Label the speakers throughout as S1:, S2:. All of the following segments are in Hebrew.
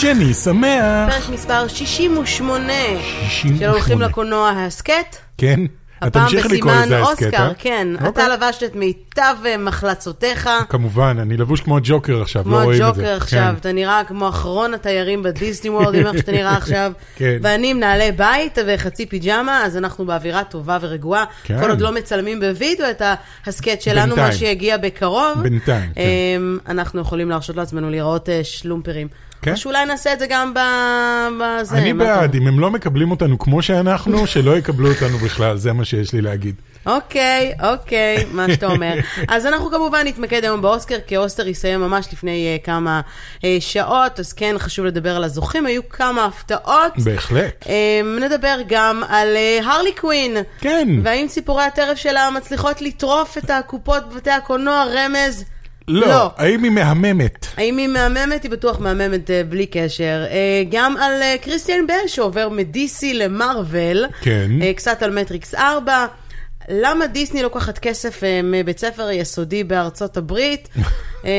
S1: שני שמח!
S2: פרק מספר 68 של
S1: 68.
S2: הולכים לקולנוע ההסכת.
S1: כן? אתה
S2: הפעם
S1: תמשיך לקרוא
S2: בסימן
S1: לזה הסכת,
S2: אוסקר,
S1: אה?
S2: כן. אתה
S1: אוקיי.
S2: לבשת את מיטב אה, מחלצותיך,
S1: כמובן, אני לבוש כמו ג'וקר עכשיו,
S2: כמו
S1: לא רואים את זה.
S2: הג'וקר עכשיו, אתה נראה כמו אחרון התיירים בדיסני וורד, עם איך שאתה נראה עכשיו.
S1: כן.
S2: ואני עם נעלי בית וחצי פיג'מה, אז אנחנו באווירה טובה ורגועה.
S1: כן.
S2: כל עוד לא מצלמים בווידאו את ההסכת שלנו, מה
S1: בינתיים.
S2: שיגיע בקרוב.
S1: בינתיים, כן.
S2: אמ, אנחנו יכולים להרשות לעצמנו להיראות אה, שלומפרים.
S1: כן.
S2: או שאולי נעשה את זה גם ב- בזה.
S1: כן. אני
S2: מה אתה אומר?
S1: בעד, אם הם לא מקבלים אותנו כמו שאנחנו, שלא יקבלו אותנו בכלל, זה מה שיש לי להגיד.
S2: אוקיי, אוקיי, מה שאתה אומר. אז אנחנו כמובן נתמקד היום באוסקר, כי האוסקר יסיים ממש לפני uh, כמה uh, שעות, אז כן, חשוב לדבר על הזוכים, היו כמה הפתעות.
S1: בהחלט.
S2: Um, נדבר גם על uh, הרלי קווין.
S1: כן.
S2: והאם ציפורי הטרף שלה מצליחות לטרוף את הקופות בבתי הקולנוע, רמז?
S1: לא, האם היא מהממת?
S2: האם היא מהממת? היא בטוח מהממת אה, בלי קשר. אה, גם על אה, קריסטיאן בל שעובר מ-DC למרוויל.
S1: כן.
S2: אה, קצת על מטריקס 4. למה דיסני לוקחת כסף אה, מבית ספר יסודי בארצות הברית? אה,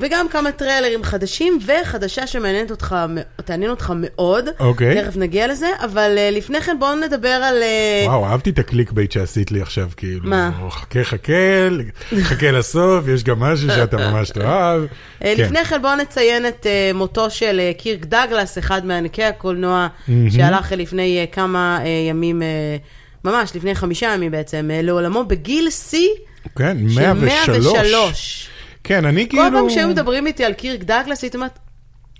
S2: וגם כמה טריילרים חדשים, וחדשה שמעניינת אותך, מא- תעניין אותך מאוד.
S1: אוקיי.
S2: תכף נגיע לזה, אבל אה, לפני כן בואו נדבר על... אה,
S1: וואו, אהבתי את הקליק בייט שעשית לי עכשיו, כאילו.
S2: מה?
S1: חכה, חכה, חכה לסוף, יש גם משהו שאתה ממש לא תאהב.
S2: אה,
S1: כן.
S2: לפני כן בואו נציין את אה, מותו של אה, קירק דגלס, אחד מענקי הקולנוע, שהלך אה, לפני אה, כמה אה, ימים, אה, ממש לפני חמישה ימים בעצם, אה, לעולמו בגיל שיא
S1: כן,
S2: של
S1: 103.
S2: 103.
S1: כן, אני
S2: כל
S1: כאילו...
S2: פעם שהיו מדברים איתי על קירק דגלס, הייתי אומרת,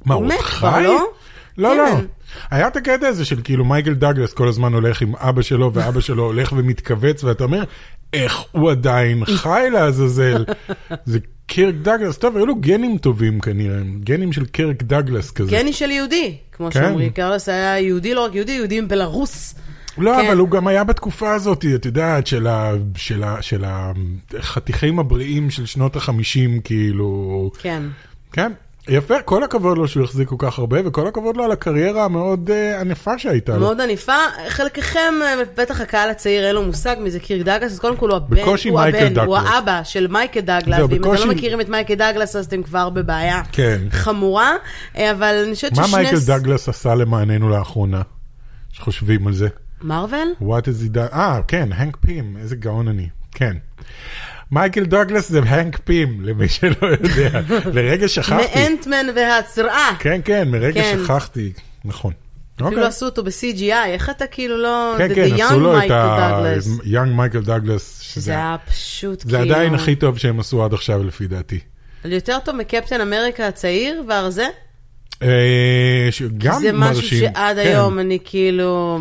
S1: מה,
S2: הוא
S1: הוא
S2: מת
S1: עוד
S2: כבר,
S1: חי?
S2: לא?
S1: לא,
S2: כן.
S1: לא. היה את הקטע הזה של כאילו מייקל דגלס כל הזמן הולך עם אבא שלו, ואבא שלו הולך ומתכווץ, ואתה אומר, איך הוא עדיין חי לעזאזל? זה קירק דגלס, טוב, היו לו גנים טובים כנראה, גנים של קירק דגלס כזה.
S2: גני של כן, יהודי, כמו
S1: כן.
S2: שאומרים, קרלס היה יהודי, לא רק יהודי, יהודי עם בלרוס.
S1: לא,
S2: כן.
S1: אבל הוא גם היה בתקופה הזאת, את יודעת, של ה- של ה- של החתיכים הבריאים של שנות החמישים, כאילו...
S2: כן.
S1: כן. יפה, כל הכבוד לו שהוא החזיק כל כך הרבה, וכל הכבוד לו על הקריירה המאוד אה, ענפה שהייתה לו.
S2: מאוד ענפה, חלקכם, אה, בטח הקהל הצעיר אין לו מושג מי זה קירק דגלס, אז קודם כל הוא הבן,
S1: בקושי
S2: הוא
S1: מייקל
S2: הבן, הוא
S1: דגלס.
S2: האבא של מייקל דגלס,
S1: זהו,
S2: ואם אתם
S1: בקושי-
S2: לא מכירים את מייקל דגלס אז אתם כבר בבעיה
S1: כן.
S2: חמורה, אה, אבל אני חושבת
S1: מה
S2: ששני...
S1: מייקל
S2: ס-
S1: דגלס עשה למעננו לאחרונה? שחושבים על זה.
S2: מרוויל?
S1: What is he done? אה, כן, הנק פים, איזה גאון אני. כן. מייקל דגלס זה הנק פים, למי שלא יודע. לרגע שכחתי.
S2: מאנטמן והצרעה.
S1: כן, כן, מרגע
S2: כן.
S1: שכחתי. נכון.
S2: אפילו
S1: אוקיי.
S2: עשו אותו ב-CGI, איך אתה כאילו לא...
S1: כן,
S2: זה
S1: כן,
S2: the
S1: עשו
S2: young
S1: לו את
S2: Michael
S1: ה...
S2: Douglas.
S1: יאנג מייקל דאגלס,
S2: זה
S1: שזה
S2: היה פשוט
S1: זה
S2: כאילו...
S1: עדיין הכי טוב שהם עשו עד עכשיו לפי דעתי.
S2: יותר טוב מקפטן אמריקה הצעיר והרזה?
S1: אה, שגם
S2: זה משהו
S1: מרשים.
S2: שעד
S1: כן.
S2: היום אני כאילו...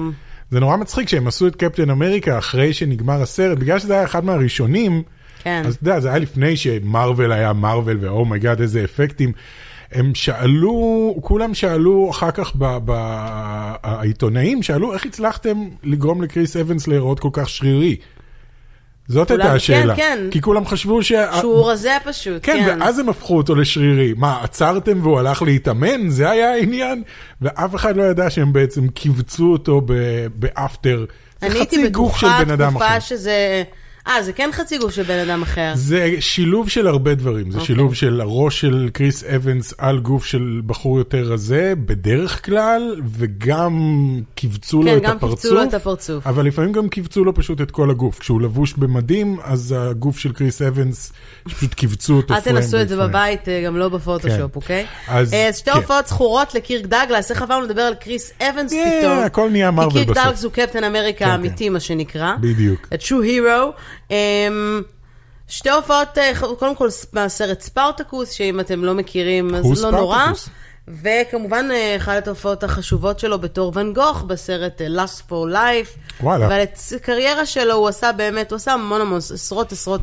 S1: זה נורא מצחיק שהם עשו את קפטן אמריקה אחרי שנגמר הסרט, בגלל שזה היה אחד מהראשונים,
S2: כן.
S1: אז אתה יודע, זה היה לפני שמרוויל היה מרוויל, ואומייגאד, איזה אפקטים. הם שאלו, כולם שאלו אחר כך, ב, ב, העיתונאים שאלו, איך הצלחתם לגרום לקריס אבנס להיראות כל כך שרירי? זאת
S2: כולם-
S1: הייתה
S2: כן,
S1: השאלה.
S2: כן.
S1: כי כולם חשבו שה...
S2: שהוא רזה פשוט,
S1: אה, כן,
S2: כן.
S1: ואז הם הפכו אותו לשרירי. מה, עצרתם והוא הלך להתאמן? זה היה העניין? ואף אחד לא ידע שהם בעצם כיווצו אותו ב- באפטר. זה
S2: אני
S1: חצי
S2: הייתי
S1: גוף של
S2: בטוחה
S1: בן אדם אחר.
S2: תקופה שזה... אה, זה כן חצי גוף של בן אדם אחר.
S1: זה שילוב של הרבה דברים, זה
S2: אוקיי.
S1: שילוב של הראש של קריס אבנס על גוף של בחור יותר רזה, בדרך כלל, וגם קיווצו
S2: כן,
S1: לו את
S2: גם
S1: הפרצוף.
S2: קיווצו לו את הפרצוף.
S1: אבל לפעמים גם קיווצו לו פשוט את כל הגוף. כשהוא לבוש במדים, אז הגוף של קריס אבנס, שפשוט קיווצו אותו
S2: אל
S1: פריים
S2: תנסו את זה
S1: בפריים.
S2: בבית, אה, גם לא בפוטושופ,
S1: כן.
S2: אוקיי?
S1: אז-
S2: אה, אז שתי
S1: כן.
S2: הופעות זכורות לקירק דגלס, איך עברנו לדבר על קריס אבנס
S1: Yeah,
S2: פתאום?
S1: אה, הכל נהיה מארוול
S2: כי קירק
S1: בסוף.
S2: דגלס הוא קפטן אמריקה
S1: כן.
S2: האמיתי, מה שנקרא.
S1: בדיוק.
S2: A true hero. אמ, שתי הופעות, אה, קודם כל ס- מהסרט ספרטקוס, שאם אתם לא מכירים,
S1: הוא
S2: אז לא נורא.
S1: ספרטקוס.
S2: וכמובן, אה, אחת התופעות החשובות שלו בתור ואן גוך בסרט אה, Last for Life.
S1: וואלה.
S2: אבל את הקריירה שלו הוא עשה באמת, הוא עשה המון המון, עשרות עשרות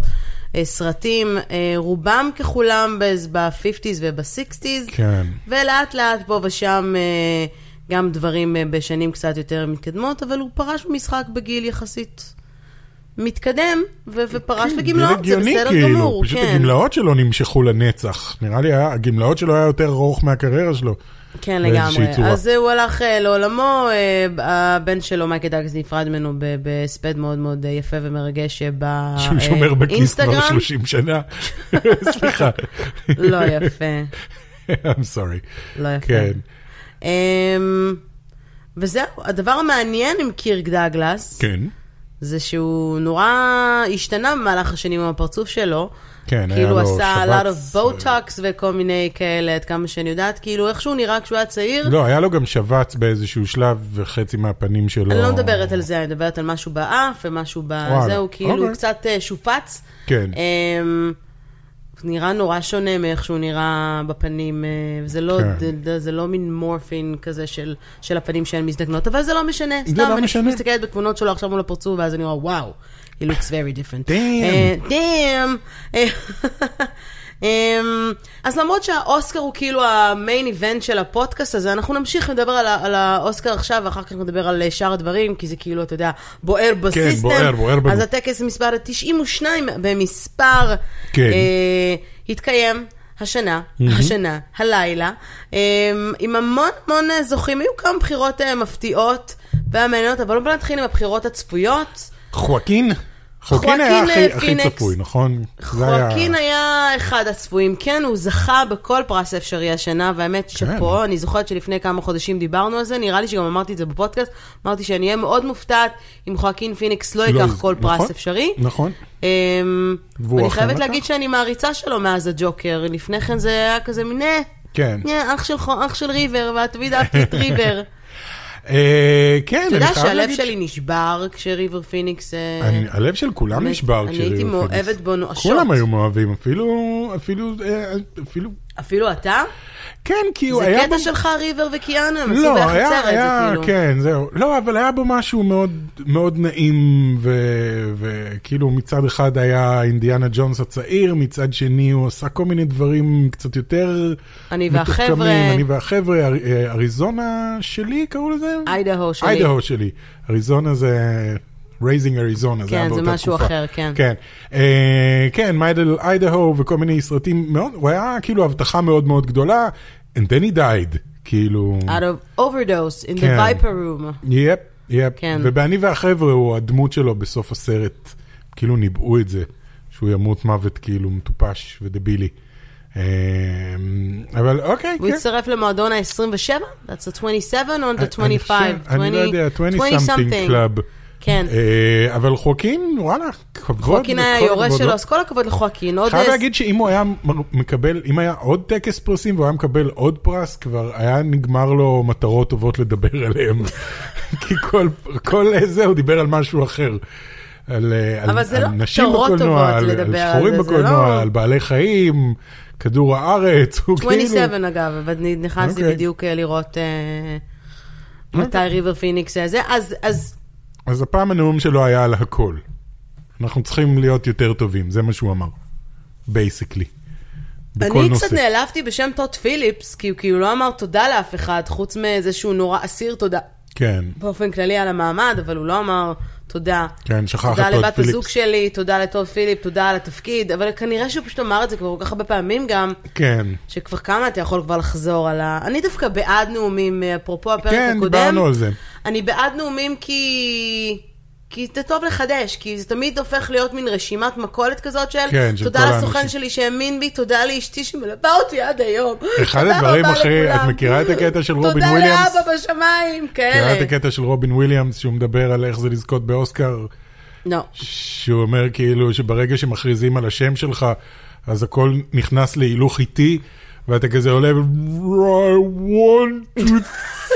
S2: אה, סרטים, אה, רובם ככולם ב-50's וב-60's.
S1: כן.
S2: ולאט לאט פה ושם אה, גם דברים אה, בשנים קצת יותר מתקדמות, אבל הוא פרש ממשחק בגיל יחסית מתקדם, ו- ופרש לגמלאות, זה
S1: כן, הגיוני,
S2: בסדר
S1: כאילו,
S2: גמור.
S1: פשוט
S2: כן.
S1: הגמלאות שלו נמשכו לנצח. נראה לי היה- הגמלאות שלו היה יותר ארוך מהקריירה שלו.
S2: כן,
S1: באיזושהי
S2: לגמרי.
S1: צורה.
S2: אז אה, הוא הלך אה, לעולמו, אה, הבן שלו, מייקל דאגס, נפרד ממנו ב- בהספד מאוד מאוד אה, יפה ומרגש אה,
S1: שהוא שומר בכיס כבר
S2: באינסטגרם.
S1: 30 שנה. סליחה.
S2: לא יפה,
S1: I'm sorry.
S2: לא יפה.
S1: כן.
S2: אמ, וזהו, הדבר המעניין עם קירק דאגלס,
S1: כן,
S2: זה שהוא נורא השתנה במהלך השנים עם הפרצוף שלו.
S1: כן, היה
S2: כאילו
S1: לו
S2: עשה a lot of
S1: שבץ,
S2: בוטוקס וכל מיני כאלה, עד כמה שאני יודעת, כאילו איך שהוא נראה כשהוא היה צעיר.
S1: לא, היה לו גם שבץ באיזשהו שלב וחצי מהפנים שלו.
S2: אני לא מדברת על זה, אני מדברת על משהו באף ומשהו
S1: וואלה,
S2: בזה, הוא כאילו
S1: אוקיי.
S2: קצת אה, שופץ.
S1: כן.
S2: אמ, נראה נורא שונה מאיך שהוא נראה בפנים, אה, וזה לא,
S1: כן.
S2: זה- זה- זה לא מין מורפין כזה של, של הפנים שהן מזדקנות, אבל זה לא משנה,
S1: זה
S2: סתם,
S1: לא
S2: אני
S1: משנה.
S2: מסתכלת בתמונות שלו עכשיו מול הפרצוף, ואז אני רואה, וואו, he looks very different. אה,
S1: Damn.
S2: דאם. אמ, אז למרות שהאוסקר הוא כאילו המיין איבנט של הפודקאסט הזה, אנחנו נמשיך לדבר על, ה- על האוסקר עכשיו, ואחר כך נדבר על אה, שאר הדברים, כי זה כאילו, אתה יודע, בוער בסיסטם.
S1: כן, בוער, בוער בנו.
S2: אז הטקס מספר 92 במספר
S1: כן.
S2: אה, התקיים השנה, השנה, הלילה, אה, עם המון המון אה, זוכים. היו כמה בחירות אה, מפתיעות והמעניינות, אבל לא בוא נתחיל עם הבחירות הצפויות.
S1: חואקין? חואקין
S2: חואקין,
S1: היה הכי-
S2: אה,
S1: הכי
S2: פיניקס.
S1: צפוי, נכון? זה היה-
S2: חואקין היה אחד הצפויים, כן, הוא זכה בכל פרס אפשרי השנה,
S1: כן.
S2: והאמת שפה, אני זוכרת שלפני כמה חודשים דיברנו על זה, נראה לי שגם אמרתי את זה בפודקאסט, אמרתי שאני אהיה מאוד מופתעת אם חואקין פיניקס לא
S1: לא,
S2: ייקח
S1: זה-
S2: כל
S1: נכון,
S2: פרס אפשרי.
S1: נכון.
S2: אמ,
S1: והוא
S2: אני
S1: אכן
S2: חייבת
S1: לקח.
S2: להגיד שאני מעריצה שלו מאז הג'וקר, לפני כן זה היה כזה מין, "אה,
S1: כן.
S2: אה, אח של חו- אח של ריבר, ותמיד אהבתי את ריבר.
S1: אה, כן,
S2: אתה
S1: אני
S2: יודע
S1: חייב
S2: שהלב
S1: להגיד
S2: שלי נשבר כשריבר פיניקס... אה,
S1: אני, הלב של כולם
S2: באמת,
S1: נשבר
S2: אני
S1: כשהיא
S2: הייתי
S1: הופיעה.
S2: מאוהבת בו נואשות.
S1: כולם היו מאוהבים, אפילו, אפילו, אה, אפילו,
S2: אפילו אתה?
S1: כן, כי הוא
S2: זה
S1: היה...
S2: קטע
S1: בו-
S2: שלך, ריבר וקיאנה, הם עשו
S1: לא,
S2: ביחד
S1: היה,
S2: סרט, זה
S1: היה,
S2: כאילו.
S1: כן, זהו. לא, אבל היה בו משהו מאוד, מאוד נעים, ו- וכאילו מצד אחד היה אינדיאנה ג'ונס הצעיר, מצד שני הוא עשה כל מיני דברים קצת יותר...
S2: אני
S1: מתוחכמים.
S2: והחבר'ה.
S1: אני והחבר'ה, אר- אה, אריזונה שלי קראו לזה?
S2: איידהו שלי.
S1: איידהו שלי. אריזונה זה... רייזינג אריזונה, זה
S2: כן,
S1: היה
S2: זה
S1: באותה
S2: משהו
S1: תקופה.
S2: אחר, כן.
S1: כן, אה, כן, מיידל איידהו וכל מיני סרטים מאוד, הוא היה כאילו הבטחה מאוד מאוד גדולה, and then he died, כאילו...
S2: Out of overdose in
S1: כן.
S2: the viper room.
S1: יפ, יפ.
S2: כן.
S1: ובאני והחבר'ה הוא הדמות שלו בסוף הסרט. כאילו ניבאו את זה, שהוא ימות מוות כאילו מטופש ודבילי. אמ, אבל אוקיי,
S2: הוא
S1: כן.
S2: הצטרף למועדון ה-27? That's the 27 on the 25.
S1: אני חושב- אני לא
S2: 20
S1: יודע, 20 something
S2: something.
S1: club.
S2: כן.
S1: אה, אבל חוקין, וואלה, כבוד.
S2: חואקין היה
S1: וכל
S2: היורש
S1: הכבוד
S2: שלו,
S1: לו.
S2: אז כל הכבוד לחואקין. עוד אה,
S1: חייב
S2: איזה-
S1: להגיד שאם הוא היה מ- מקבל, אם היה עוד טקס פרסים והוא היה מקבל עוד פרס, כבר היה נגמר לו מטרות טובות לדבר עליהן. כי כל, כל זה הוא דיבר על משהו אחר. על, אה, על,
S2: אבל זה
S1: על
S2: לא
S1: נשים
S2: מטרות
S1: בקולנוע,
S2: טובות
S1: על,
S2: לדבר
S1: על
S2: על
S1: שחורים
S2: זה, זה
S1: בקולנוע,
S2: לא-
S1: על בעלי חיים, כדור הארץ, הוא כאילו...
S2: 27 אגב, אבל אני נכנסתי
S1: אוקיי.
S2: בדיוק אה, לראות אה, מתי ריבר פיניקס היה זה. אז- אז
S1: אז הפעם הנאום שלו היה על הכל. אנחנו צריכים להיות יותר טובים, זה מה שהוא אמר. בייסיקלי. בכל
S2: אני
S1: נושא.
S2: קצת נעלבתי בשם טוט פיליפס, כי הוא כאילו לא אמר תודה לאף אחד, חוץ מאיזה שהוא נורא אסיר תודה
S1: כן,
S2: באופן כללי על המעמד, אבל הוא לא אמר תודה.
S1: כן, שכח
S2: תודה
S1: את עוד
S2: לבת הזוג
S1: פיליפס.
S2: שלי, תודה לטוד פיליפ, תודה על התפקיד, אבל כנראה שהוא פשוט אמר את זה כבר כל כך הרבה פעמים גם,
S1: כן.
S2: שכבר כמה אתה יכול כבר לחזור על ה... אני דווקא בעד נאומים, אה, אפרופו הפרק
S1: כן,
S2: הקודם.
S1: דיברנו על זה.
S2: אני בעד נאומים כי... כי זה טוב לחדש, כי זה תמיד הופך להיות מין רשימת מכולת כזאת של
S1: כן, של כל
S2: תודה לסוכן
S1: האנשים."
S2: שלי שהאמין בי, תודה לאשתי שמלווה אותי עד היום.
S1: אחד
S2: תודה
S1: הדברים
S2: רבה
S1: הכי, את
S2: לכולם.
S1: מכירה את הקטע של רובין
S2: תודה
S1: וויליאמס?
S2: לאבא בשמיים, כן.
S1: מכירה את
S2: כאלה.
S1: הקטע של רובין וויליאמס שהוא מדבר על איך זה לזכות באוסקר?
S2: לא.
S1: שהוא אומר כאילו שברגע שמכריזים על השם שלך, אז הכל נכנס להילוך איטי, ואתה כזה עולה, ו- I want to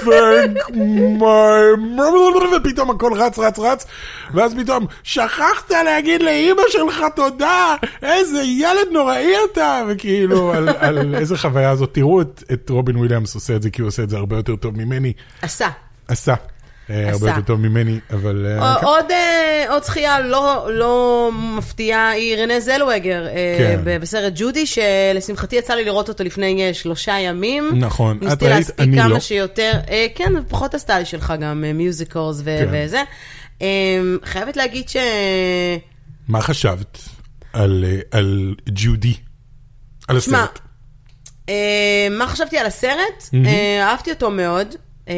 S1: thank my... ופתאום הכל רץ, רץ, רץ, ואז פתאום, שכחת להגיד לאימא שלך תודה, איזה ילד נוראי אתה, וכאילו, על, על איזה חוויה זאת. תראו את, את רובין וויליאמס עושה את זה, כי הוא עושה את זה הרבה יותר טוב ממני.
S2: עשה.
S1: עשה. אה, הרבה
S2: עשה.
S1: יותר טוב ממני, אבל... אה, כן.
S2: עוד, אה, עוד זכייה לא, לא מפתיעה היא רנה זלווגר אה,
S1: כן.
S2: ב- בסרט ג'ודי, שלשמחתי יצא לי לראות אותו לפני אה, שלושה ימים.
S1: נכון. את
S2: ניסיתי
S1: ראית?
S2: להספיק
S1: אני
S2: כמה
S1: לא.
S2: שיותר, אה, כן, פחות עשתה לי שלך גם, מיוזיקורס ו-
S1: כן.
S2: וזה. אה, חייבת להגיד ש...
S1: מה חשבת על, אה, על ג'ודי? על
S2: שמע,
S1: הסרט.
S2: אה, מה חשבתי על הסרט? אה, אהבתי אותו מאוד. אה,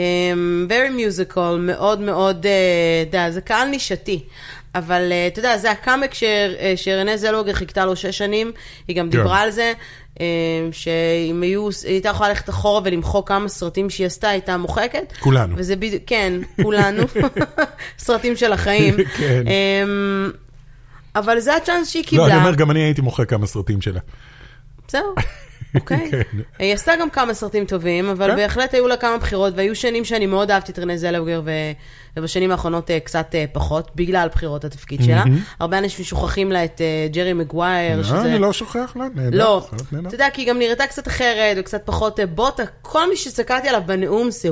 S2: very musical, מאוד מאוד, אה, אתה יודע, זה קהל נישתי.
S1: כן.
S2: אבל אה, אתה יודע, זה הקאמק ש- אה, שרנה זלוגר חיכתה לו שש שנים, היא גם דיברה על זה. אה, שאם היו, היא הייתה יכולה ללכת אחורה ולמחוק כמה סרטים שהיא עשתה, היא הייתה מוחקת.
S1: כולנו.
S2: וזה בדיוק, כן, כולנו. סרטים של החיים.
S1: כן.
S2: אה, אבל זה הצ'אנס שהיא קיבלה.
S1: לא, אני אומר, גם אני הייתי מוחק כמה סרטים שלה.
S2: זהו, אוקיי.
S1: כן.
S2: היא עשתה גם כמה סרטים טובים, אבל
S1: כן.
S2: בהחלט היו לה כמה בחירות, והיו שנים שאני מאוד אהבתי את רנה זלבגר, ו- ובשנים האחרונות אה, קצת אה, פחות, בגלל בחירות התפקיד שלה. הרבה אנשים שוכחים לה את אה, ג'רי מגווייר,
S1: לא,
S2: שזה...
S1: אני לא שוכח לה, נהדר.
S2: לא,
S1: חלק נהדר.
S2: אתה יודע, כי היא גם נראתה קצת אחרת, וקצת פחות אה, בוטה. כל מי שהסתכלתי עליו בנאום זה,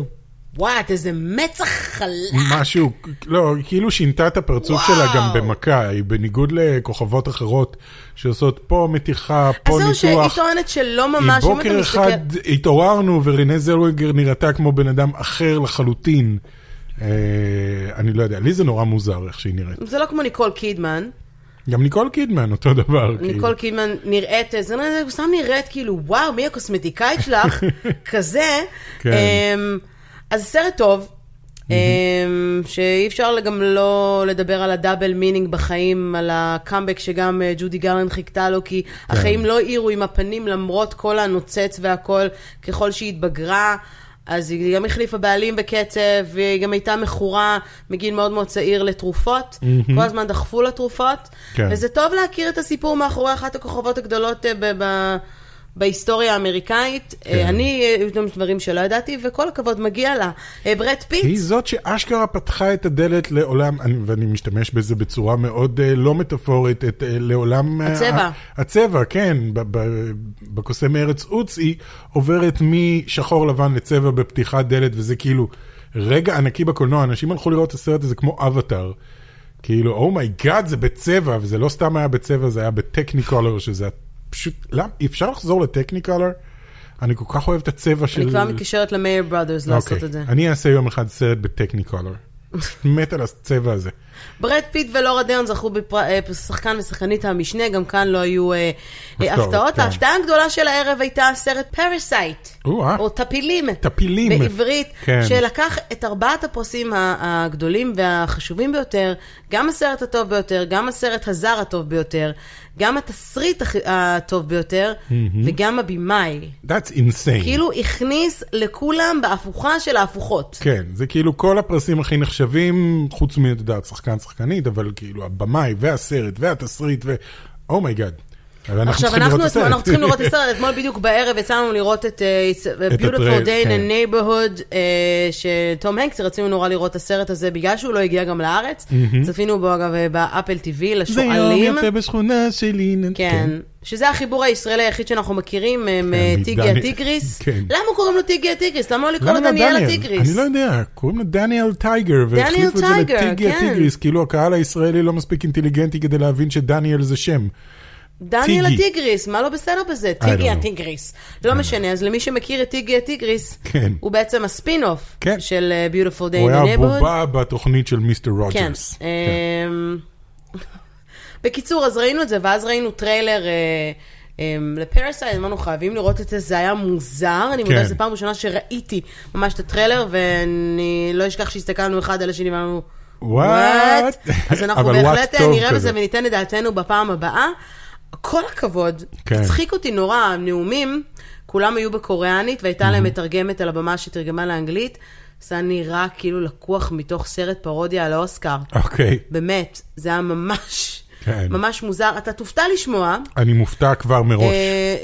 S2: וואט, איזה מצח חלק.
S1: משהו, לא, היא כאילו שינתה את הפרצוף
S2: וואו.
S1: שלה גם במכה, היא בניגוד לכוכבות אחרות שעושות פה מתיחה,
S2: אז
S1: פה
S2: זהו, שהיא
S1: ניתוח.
S2: טוענת שלא
S1: היא
S2: ממש, אם אתה
S1: בוקר
S2: מסתכל...
S1: אחד התעוררנו ורנה זלווגר נראתה כמו בן אדם אחר לחלוטין. אה, אני לא יודע, לי זה נורא מוזר איך שהיא נראית.
S2: זה לא כמו ניקול קידמן.
S1: גם ניקול קידמן אותו דבר. כאילו.
S2: ניקול קידמן נראית, אה, זה נראה- זה סתם נראית כאילו, וואו, מי הקוסמטיקאית שלך? כזה.
S1: כן.
S2: אמ, אז סרט טוב, אמ, שאי אפשר גם לא לדבר על הדאבל מינינג בחיים, על הקאמבק שגם אה, ג'ודי גרלנד חיכתה לו, כי
S1: כן.
S2: החיים לא האירו עם הפנים למרות כל הנוצץ והכל, ככל שהיא התבגרה. אז היא גם החליפה בעלים בקצב, והיא גם הייתה מכורה מגיל מאוד מאוד צעיר לתרופות. כל הזמן דחפו לה תרופות.
S1: כן.
S2: וזה טוב להכיר את הסיפור מאחורי אחת הכוכבות הגדולות אה, ב- ב- בהיסטוריה האמריקאית.
S1: כן.
S2: אה, אני, אה, היו גם דברים שלא ידעתי, וכל הכבוד מגיע לה. אה, ברד פיט,
S1: היא זאת שאשכרה פתחה את הדלת לעולם, אני- ואני משתמש בזה בצורה מאוד אה, לא מטאפורית, את, אה, לעולם... אה,
S2: הצבע.
S1: ה- הצבע, כן. ב- ב- בקוסם ארץ עוץ היא עוברת משחור לבן לצבע בפתיחת דלת, וזה כאילו רגע ענקי בקולנוע, אנשים הלכו לראות את הסרט הזה כמו אבטאר. כאילו, אומייגאד, זה בצבע, וזה לא סתם היה בצבע, זה היה בטכניקולר, שזה פשוט... למה? אפשר לחזור לטכניקולר? אני כל כך אוהב את הצבע של...
S2: אני כבר מתקשרת למאיר בראדרס לעשות
S1: אוקיי.
S2: את זה.
S1: אני אעשה יום אחד סרט בטכניקולר. מת על הצבע הזה.
S2: ברד פיט ולורה דרן זכו בשחקן ושחקנית המשנה, גם כאן לא היו אה, אה,
S1: הפתעות,
S2: הפתעות.
S1: כן.
S2: ההפתעה הגדולה של הערב הייתה הסרט פרסייט,
S1: או-אה.
S2: או טפילים.
S1: אה, טפילים.
S2: בעברית,
S1: כן.
S2: שלקח את ארבעת הפרסים ה- הגדולים והחשובים ביותר, גם הסרט הטוב ביותר, גם הסרט הזר הטוב ביותר, גם התסריט הכי- הטוב ביותר, וגם הבמאי.
S1: That's insane.
S2: כאילו הכניס לכולם בהפוכה של ההפוכות.
S1: כן, זה כאילו כל הפרסים הכי נחשבים, חוץ מאת יודעת, שחקן, שחקנית, אבל כאילו הבמאי והסרט והתסריט ו... oh אומייגאד.
S2: עכשיו, אנחנו אתמול- אנחנו צריכים לראות את הסרט, אתמול בדיוק בערב יצא לנו לראות את אה, It's a
S1: את הטרייל,
S2: Beautiful Day in
S1: כן.
S2: a Neighborhood אה, של תום הנקס, רצינו נורא לראות את הסרט הזה בגלל שהוא לא הגיע גם לארץ. צפינו בו אגב אה, באפל TV, לשועלים.
S1: בשכונה שלי.
S2: כן. שזה החיבור הישראלי היחיד שאנחנו מכירים, אה, מטיגי
S1: מדני-
S2: הטיגריס.
S1: כן.
S2: למה קוראים לו טיגי הטיגריס? למה לא לקרוא לו
S1: למה לא
S2: דניאל
S1: דניאל?
S2: הטיגריס?
S1: אני לא יודע, קוראים לו דניאל טייגר,
S2: דניאל
S1: והחליפו את זה
S2: טייגר,
S1: לטיגי
S2: כן.
S1: הטיגריס, כאילו הקהל הישראלי לא מספיק אינטליגנטי כדי להבין שדניאל זה שם.
S2: דניאל
S1: טיגי.
S2: הטיגריס, מה לא בסדר בזה?
S1: I don't
S2: טיגי
S1: know.
S2: הטיגריס. לא משנה, אז למי שמכיר את טיגי הטיגריס,
S1: כן.
S2: הוא בעצם הספין-אוף
S1: כן.
S2: של אה, Beautiful Day
S1: הוא
S2: in the
S1: היה
S2: Neighborhood.
S1: בובה בתוכנית של מיסטר
S2: כן.
S1: רוג'רס.
S2: אמ, בקיצור, אז ראינו את זה, ואז ראינו טריילר אה, אמ, לפרסייד, אמרנו חייבים לראות את זה, זה היה מוזר, אני
S1: כן.
S2: מודה שזו פעם ראשונה שראיתי ממש את הטריילר, ואני לא אשכח שהסתכלנו אחד על השני ואמרנו...
S1: "What?"
S2: אז אנחנו
S1: אבל what
S2: בהחלט אה,
S1: טוב
S2: נראה בזה
S1: כזה.
S2: וניתן את דעתנו בפעם הבאה. כל הכבוד,
S1: כן.
S2: הצחיק אותי נורא, הנאומים, כולם היו בקוריאנית, והייתה להם מתרגמת על הבמה שתרגמה לאנגלית. זה היה נראה כאילו לקוח מתוך סרט פרודיה על האוסקר.
S1: אוקיי,
S2: באמת, זה היה ממש,
S1: כן.
S2: ממש מוזר. אתה תופתע לשמוע,
S1: אני מופתע כבר מראש.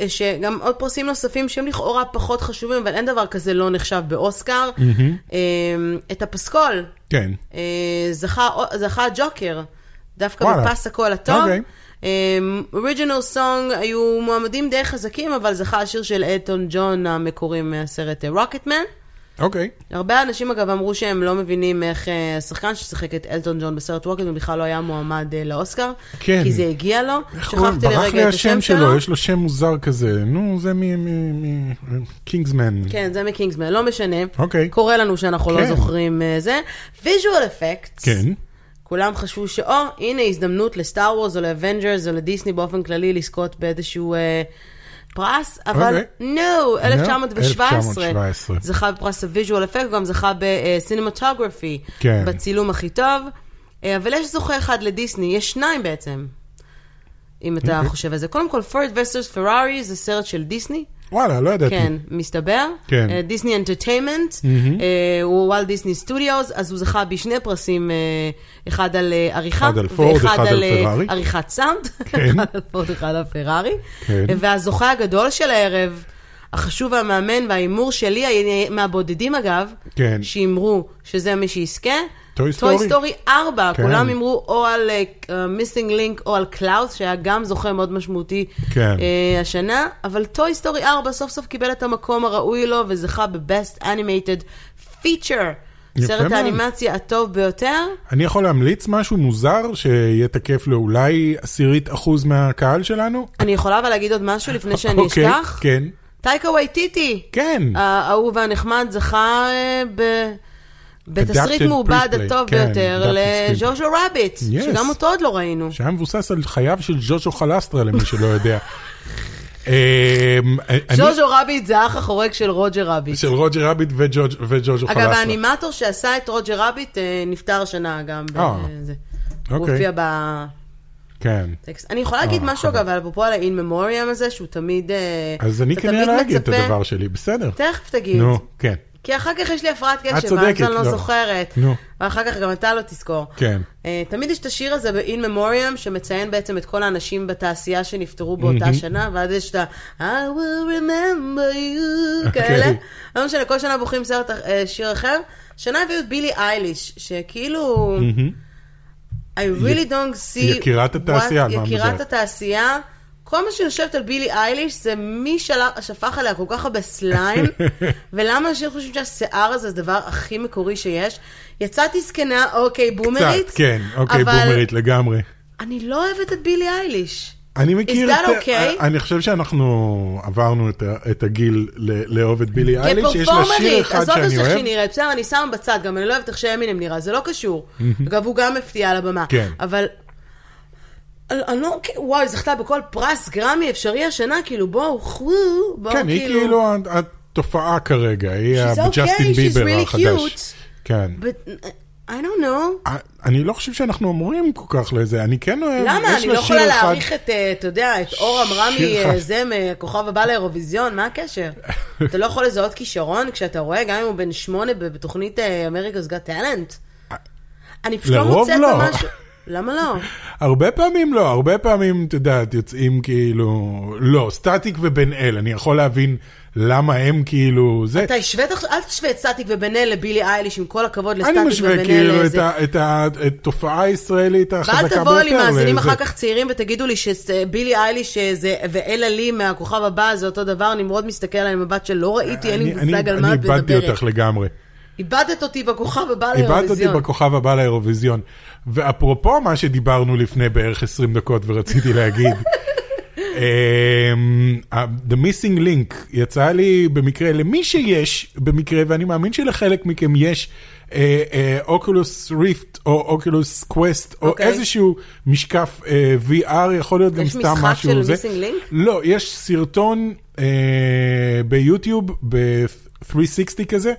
S2: אה, שגם עוד פרסים נוספים שהם לכאורה פחות חשובים, אבל אין דבר כזה לא נחשב באוסקר. אה, את הפסקול
S1: כן.
S2: אה, זכה זכה הג'וקר, דווקא
S1: וואלה.
S2: בפס הקול הטוב.
S1: אוקיי.
S2: אוריג'ינל סונג היו מועמדים די חזקים, אבל זכה השיר של אלטון ג'ון המקורי מהסרט רוקטמן.
S1: אוקיי.
S2: הרבה אנשים אגב אמרו שהם לא מבינים איך אה, השחקן ששיחק את אלטון ג'ון בסרט ווקינג בכלל לא היה מועמד אה, לאוסקר,
S1: כן.
S2: כי זה הגיע לו,
S1: איך קוראים?
S2: שכחתי
S1: ברח
S2: לרגע
S1: לי
S2: את השם
S1: השם
S2: שלו.
S1: שלו, יש לו שם מוזר כזה. נו, זה מקינגסמן.
S2: כן, זה מקינגסמן, לא משנה.
S1: אוקיי.
S2: קורה לנו שאנחנו לא
S1: כן.
S2: זוכרים אה, זה. ויז'ואל אפקטס.
S1: כן.
S2: כולם חשבו שאו, הנה הזדמנות לסטאר וורס או לאבנג'רס או לדיסני באופן כללי לזכות באיזשהו אה, פרס, אבל
S1: אוקיי.
S2: נו, 1917.
S1: 1917.
S2: זכה בפרס הוויז'ואל אפקט, הוא גם זכה בסינמטוגרפי,
S1: כן.
S2: בצילום הכי טוב. אה, אבל יש זוכה אחד לדיסני, יש שניים בעצם. אם אתה
S1: אוקיי.
S2: חושב על זה. קודם כל, פורד וסטרס פרארי זה סרט של דיסני.
S1: וואלה, לא ידעתי.
S2: כן, מסתבר.
S1: כן.
S2: אה, דיסני אנטרטיימנט, אה, הוא וואל דיסני סטודיוס, אז הוא זכה בשני פרסים, אה, אחד על אה, עריכה,
S1: אחד על פורד, אחד על
S2: אה,
S1: פרארי.
S2: עריכת סאונד,
S1: כן.
S2: אחד על פורד, אחד על פרארי.
S1: כן.
S2: אה, והזוכה הגדול של הערב, החשוב והמאמן וההימור שלי, היה מהבודדים אגב,
S1: כן.
S2: שהימרו שזה מי שיזכה. טוי
S1: טוי סטורי.
S2: סטורי 4,
S1: כן.
S2: כולם הימרו או על אה, מיסינג לינק או על קלאוס, שהיה גם זוכה מאוד משמעותי
S1: כן.
S2: אה, השנה, אבל טוי סטורי 4 סוף סוף קיבל את המקום הראוי לו וזכה ב-Best Animated Feature,
S1: יפה
S2: סרט
S1: מאוד.
S2: האנימציה הטוב ביותר.
S1: אני יכול להמליץ משהו מוזר שיהיה תקף לאולי עשירית אחוז מהקהל שלנו?
S2: אני יכולה אבל להגיד עוד משהו לפני שאני
S1: אוקיי,
S2: אשכח?
S1: כן.
S2: טייקה וייטיטי,
S1: כן.
S2: האהוב והנחמד, זכה אה, ב... בתסריט
S1: Adapted
S2: מעובד
S1: Priestley,
S2: הטוב
S1: כן,
S2: ביותר
S1: Adapted Screenplay.
S2: לג'וז'ו רביט,
S1: Yes.
S2: שגם אותו עוד לא ראינו.
S1: שהיה מבוסס על חייו של ג'וז'ו חלסטרה, למי שלא יודע. אמ, אני-
S2: ג'וז'ו רביט זה האח החורג של רוג'ר רביט.
S1: של רוג'ר רביט וג'וז'- וג'וז'ו חלסטרה.
S2: אגב, האנימטור שעשה את רוג'ר רביט אה, נפטר השנה גם. ב-
S1: אה,
S2: זה. הוא
S1: אוקיי.
S2: הופיע בטקסט.
S1: כן.
S2: אני יכולה להגיד
S1: אה,
S2: משהו,
S1: חבל.
S2: אגב, על- אפרופו על ה-in memoriam הזה, שהוא תמיד... אה,
S1: אז אני
S2: אתה
S1: כנראה
S2: תמיד
S1: לא אגיד את
S2: מצפה-
S1: הדבר שלי, בסדר.
S2: תכף תגיד.
S1: נו, כן.
S2: כי אחר כך יש לי הפרעת
S1: את
S2: קשב,
S1: צודקת,
S2: ואז אני לא
S1: לא.
S2: זוכרת.
S1: נו.
S2: ואחר כך גם אתה לא תזכור.
S1: כן.
S2: אה, תמיד יש את השיר הזה ב-in memoriam, שמציין בעצם את כל האנשים בתעשייה שנפטרו באותה שנה, ואז יש את ה- I will remember you,
S1: אוקיי.
S2: כאלה. לא משנה, כל שנה בוחרים סרט, אח- אה, שיר אחר. שנה הביאו את בילי אייליש, שכאילו... I really don't see...
S1: יקירת התעשייה,
S2: what-
S1: מה
S2: יקירת
S1: מדברת?
S2: התעשייה. כל מה שיושבת על בילי אייליש זה מי שלה- שפך עליה כל כך הרבה סליים, ולמה אנשים חושבים שהשיער הזה זה הדבר הכי מקורי שיש. יצאתי זקנה, אוקיי, בומרית.
S1: קצת, כן, אוקיי,
S2: אבל
S1: בומרית לגמרי.
S2: אני לא אוהבת את בילי אייליש.
S1: אני מכיר
S2: Is
S1: את...
S2: that okay?
S1: אני חושב שאנחנו עברנו את ה- את הגיל ל- לאהוב את בילי אייליש, יש לה שיר
S2: כפרפורמרית,
S1: אחד
S2: עזוב את
S1: שאני
S2: זה איך
S1: אוהב.
S2: שהיא נראית, בסדר, אני שמה בצד, גם אני לא אוהבת איך שאמינם נראה, זה לא קשור. אגב, הוא גם מפתיע על הבמה.
S1: כן.
S2: אבל... אני אני לא, כן, וואי, זכתה בכל פרס גרמי אפשרי השנה, כאילו בואו, חוו, בואו
S1: כן, היא כאילו ה- התופעה כרגע, היא
S2: She's okay,
S1: הג'סטין
S2: she's
S1: ביבר
S2: really
S1: החדש.
S2: cute.
S1: כן.
S2: But, I don't know.
S1: א- אני לא חושב שאנחנו אמורים כל כך לזה, אני כן אוהב,
S2: למה?
S1: יש
S2: אני
S1: לה
S2: לא
S1: שיר
S2: יכולה
S1: אחד-
S2: להעריך את, אה, אתה יודע, את אור עמרמי,
S1: שיר
S2: אה,
S1: אחד.
S2: זה מהכוכב הבא לאירוויזיון, מה הקשר? אתה לא יכול לזהות כישרון כשאתה רואה, גם אם הוא בן שמונה ב- בתוכנית אה, אמריקה סגת טאלנט? אני פשוט לא
S1: לרוב
S2: מוצאת
S1: לא.
S2: במשהו... למה לא?
S1: הרבה פעמים לא, הרבה פעמים, את יודעת, יוצאים כאילו, לא, סטטיק ובן אל, אני יכול להבין למה הם כאילו, זה,
S2: אתה השווית עכשיו, אל תשווה את סטטיק ובן אל לבילי אייליש, עם כל הכבוד לסטטיק
S1: אני
S2: ובן אל.
S1: משווה כאילו את
S2: זה-
S1: ה- את ה- את התופעה הישראלית החזקה
S2: ואל
S1: ביותר.
S2: תבואו לי מאזינים
S1: לזה.
S2: אחר כך צעירים ותגידו לי שבילי אייליש אה, זה- ואלה לי מהכוכב הבא זה אותו דבר, נמרוד מסתכל עליי במבט של לא ראיתי, אין לי
S1: אני-
S2: מושג
S1: אני-
S2: על מה את
S1: אני איבדתי
S2: מדברת.
S1: אותך לגמרי.
S2: איבדת אותי בכוכב הבא לאירוויזיון.
S1: איבדת אותי בכוכב הבא לאירוויזיון. ואפרופו מה שדיברנו לפני בערך 20 דקות ורציתי להגיד. אמ, ה- The Missing Link יצא לי במקרה, למי שיש במקרה, ואני מאמין שלחלק מכם יש, אה, אוקולוס ריפט או אוקולוס קווסט או
S2: אוקיי.
S1: איזשהו משקף אה, VR, יכול להיות גם
S2: יש
S1: סתם
S2: משחק
S1: משהו.
S2: של
S1: זה.
S2: Missing Link?
S1: לא, יש סרטון אה, ביוטיוב, ב-360 כזה,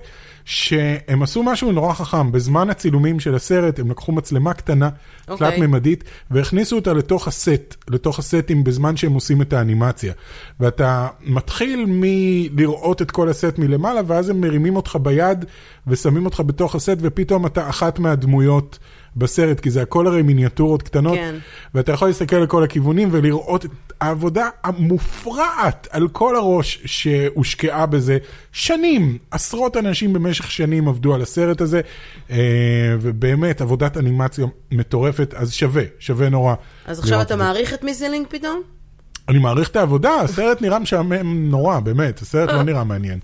S1: שהם עשו משהו נורא חכם. בזמן הצילומים של הסרט, הם לקחו מצלמה קטנה, okay.
S2: אוקיי.
S1: תלת-ממדית, והכניסו אותה לתוך הסט, לתוך הסטים, בזמן שהם עושים את האנימציה. ואתה מתחיל מלראות את כל הסט מלמעלה, ואז הם מרימים אותך ביד ושמים אותך בתוך הסט, ופתאום אתה אחת מהדמויות. בסרט, כי זה הכל הרי מיניאטורות קטנות,
S2: כן.
S1: ואתה יכול להסתכל לכל הכיוונים ולראות את העבודה המופרעת על כל הראש שהושקעה בזה. שנים, עשרות אנשים במשך שנים עבדו על הסרט הזה, אה, ובאמת עבודת אנימציה מטורפת, אז שווה, שווה נורא.
S2: אז עכשיו
S1: לראות
S2: אתה
S1: את זה.
S2: מעריך את מיסלינג פתאום?
S1: אני מעריך את העבודה, הסרט נראה משעמם נורא, באמת, הסרט לא נראה מעניין.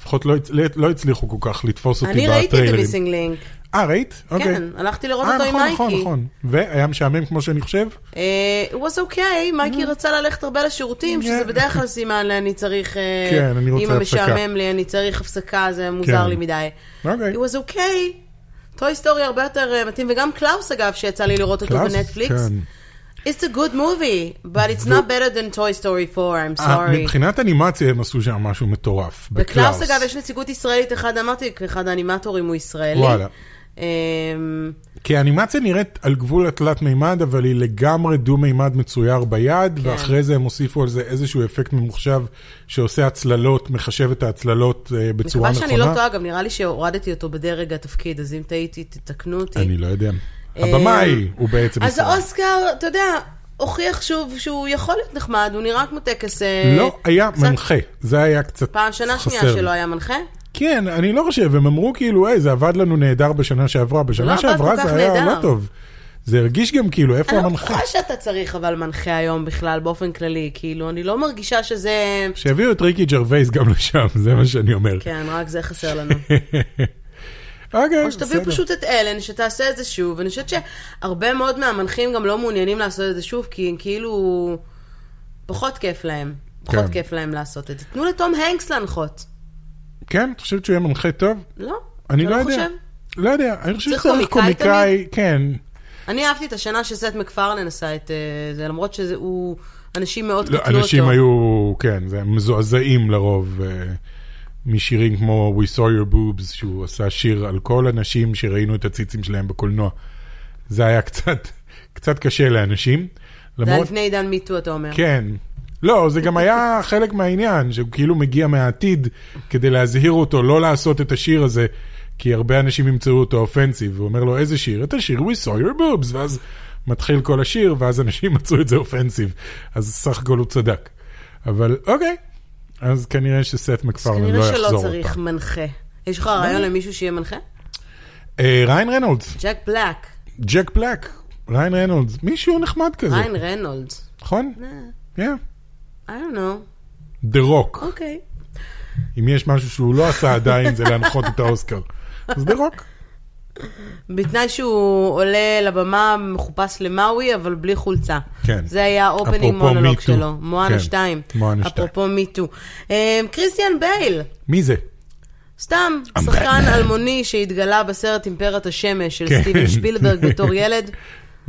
S1: לפחות לא, הצ- לא הצליחו כל כך לתפוס אותי
S2: אני
S1: בטריילרים.
S2: ראיתי את המיסינג לינק.
S1: אה, ראית? אוקיי.
S2: כן, הלכתי לראות
S1: אה,
S2: אותו עם
S1: נכון, נכון,
S2: מייקי.
S1: נכון. והיה משעמם כמו שאני חושב?
S2: אה, It was okay,
S1: Mm-hmm.
S2: מייקי רצה ללכת הרבה לשירותים, שזה
S1: Yeah.
S2: בדרך כלל סימן ל"אני צריך... אה,
S1: Mm-hmm. כן, אני רוצה
S2: אמא
S1: הפסקה."
S2: משעמם לי, אני צריך הפסקה, זה מוזר
S1: כן.
S2: לי מדי.
S1: אוקיי.
S2: It was okay. טוי סטורי הרבה יותר אה, מתאים, וגם קלאוס אגב, שיצא לי לראות אותו
S1: קלאוס,
S2: בנטפליקס.
S1: כן.
S2: It's a good movie, but it's not better than Toy Story 4, I'm
S1: אה,
S2: sorry.
S1: מבחינת אנימציה הם עשו שם משהו מטורף.
S2: בקלאוס
S1: בקלאוס.
S2: אגב יש נציגות ישראלית, אחד אמרתי, אחד האנימטורים הוא ישראלי.
S1: וואלה.
S2: אמ,
S1: כי האנימציה נראית על גבול התלת מימד, אבל היא לגמרי דו-מימד מצויר ביד, כן. ואחרי זה הם הוסיפו על זה איזשהו אפקט ממוחשב שעושה הצללות, מחשב את ההצללות אה, בצורה
S2: מקווה
S1: נכונה.
S2: שאני לא טועה, גם נראה לי שהורדתי אותו בדרג התפקיד, אז אם טעיתי, תתקנו אותי.
S1: אני לא יודע. הבמאי הוא בעצם
S2: אה, אז
S1: ישראל.
S2: אוסקר, אתה יודע, הוכיח שוב שהוא יכול להיות נחמד, הוא נראה כמו טקס... אה,
S1: לא היה
S2: קצת-
S1: מנחה, זה היה קצת
S2: פעם שנה שנייה
S1: חסר.
S2: שלא היה מנחה?
S1: כן, אני לא חושב, הם אמרו כאילו, היי, זה עבד לנו נהדר בשנה שעברה,
S2: לא
S1: בשנה
S2: עבד
S1: שעברה
S2: כל כך
S1: זה היה
S2: נהדר.
S1: לא טוב. זה הרגיש גם כאילו, איפה
S2: אני לא
S1: המנחה?
S2: בטוחה שאתה צריך אבל מנחה היום בכלל, באופן כללי. כאילו, אני לא מרגישה שזה...
S1: שיביאו את ריקי ג'רווייס גם לשם, זה מה שאני אומר.
S2: כן, רק זה חסר לנו.
S1: אוקיי,
S2: או שתביאו
S1: בסדר.
S2: פשוט את אלן, שתעשה את זה שוב. אני חושבת שהרבה מאוד מהמנחים גם לא מעוניינים לעשות את זה שוב, כי הם כאילו... פחות כיף להם. פחות
S1: כן.
S2: כיף להם לעשות את זה. תנו לתום הנקס להנחות.
S1: כן, את חושבת שהוא יהיה מנחה טוב?
S2: לא?
S1: אני
S2: אתה
S1: לא יודע.
S2: חושב?
S1: לא יודע, אני חושב
S2: צריך
S1: שצריך
S2: קומיקאי
S1: קומיקאי, כן.
S2: אני אהבתי את השנה שסט מקפרלן עשה את אה, זה, למרות שהוא... אנשים מאוד
S1: לא,
S2: קטלו אותו.
S1: אנשים היו, כן, זה הם מזועזעים לרוב אה, משירים כמו We saw your boobs, שהוא עשה שיר על כל הנשים שראינו את הציצים שלהם בקולנוע. זה היה קצת, קצת קשה לאנשים.
S2: זה היה
S1: למרות,
S2: לפני עידן מיטו, אתה אומר.
S1: כן. לא, זה גם היה חלק מהעניין, שהוא כאילו מגיע מהעתיד כדי להזהיר אותו לא לעשות את השיר הזה, כי הרבה אנשים ימצאו אותו אופנסיב, הוא אומר לו, איזה שיר? את השיר We saw your boobs, ואז מתחיל כל השיר, ואז אנשים מצאו את זה אופנסיב, אז סך הכל הוא צדק. אבל אוקיי, אז כנראה שסט מקפרלן לא
S2: כנראה
S1: יחזור לא.
S2: שלא
S1: אותה.
S2: צריך מנחה. יש לך רעיון למישהו שיהיה מנחה?
S1: אה, ריין רנולדס,
S2: ג'ק בלק,
S1: ג'ק בלק, ריין רנולדס, מישהו נחמד כזה,
S2: ריין רנולדס. אה,
S1: נכון? Yeah.
S2: I don't know,
S1: דה רוק.
S2: אוקיי.
S1: אם יש משהו שהוא לא עשה עדיין, זה להנחות את האוסקר. אז דה רוק.
S2: בתנאי שהוא עולה לבמה מחופש למאווי, אבל בלי חולצה.
S1: כן.
S2: זה היה אופנינג
S1: אפרופו
S2: מונולוג
S1: Me Too.
S2: שלו. מואנה
S1: כן,
S2: 2.
S1: מואנה שתיים.
S2: אפרופו מיטו. קריסטיאן בייל,
S1: מי זה?
S2: סתם,
S1: I'm
S2: שחקן
S1: Batman.
S2: אלמוני שהתגלה בסרט אימפרת השמש של
S1: כן.
S2: סטיבן שפילברג בתור ילד.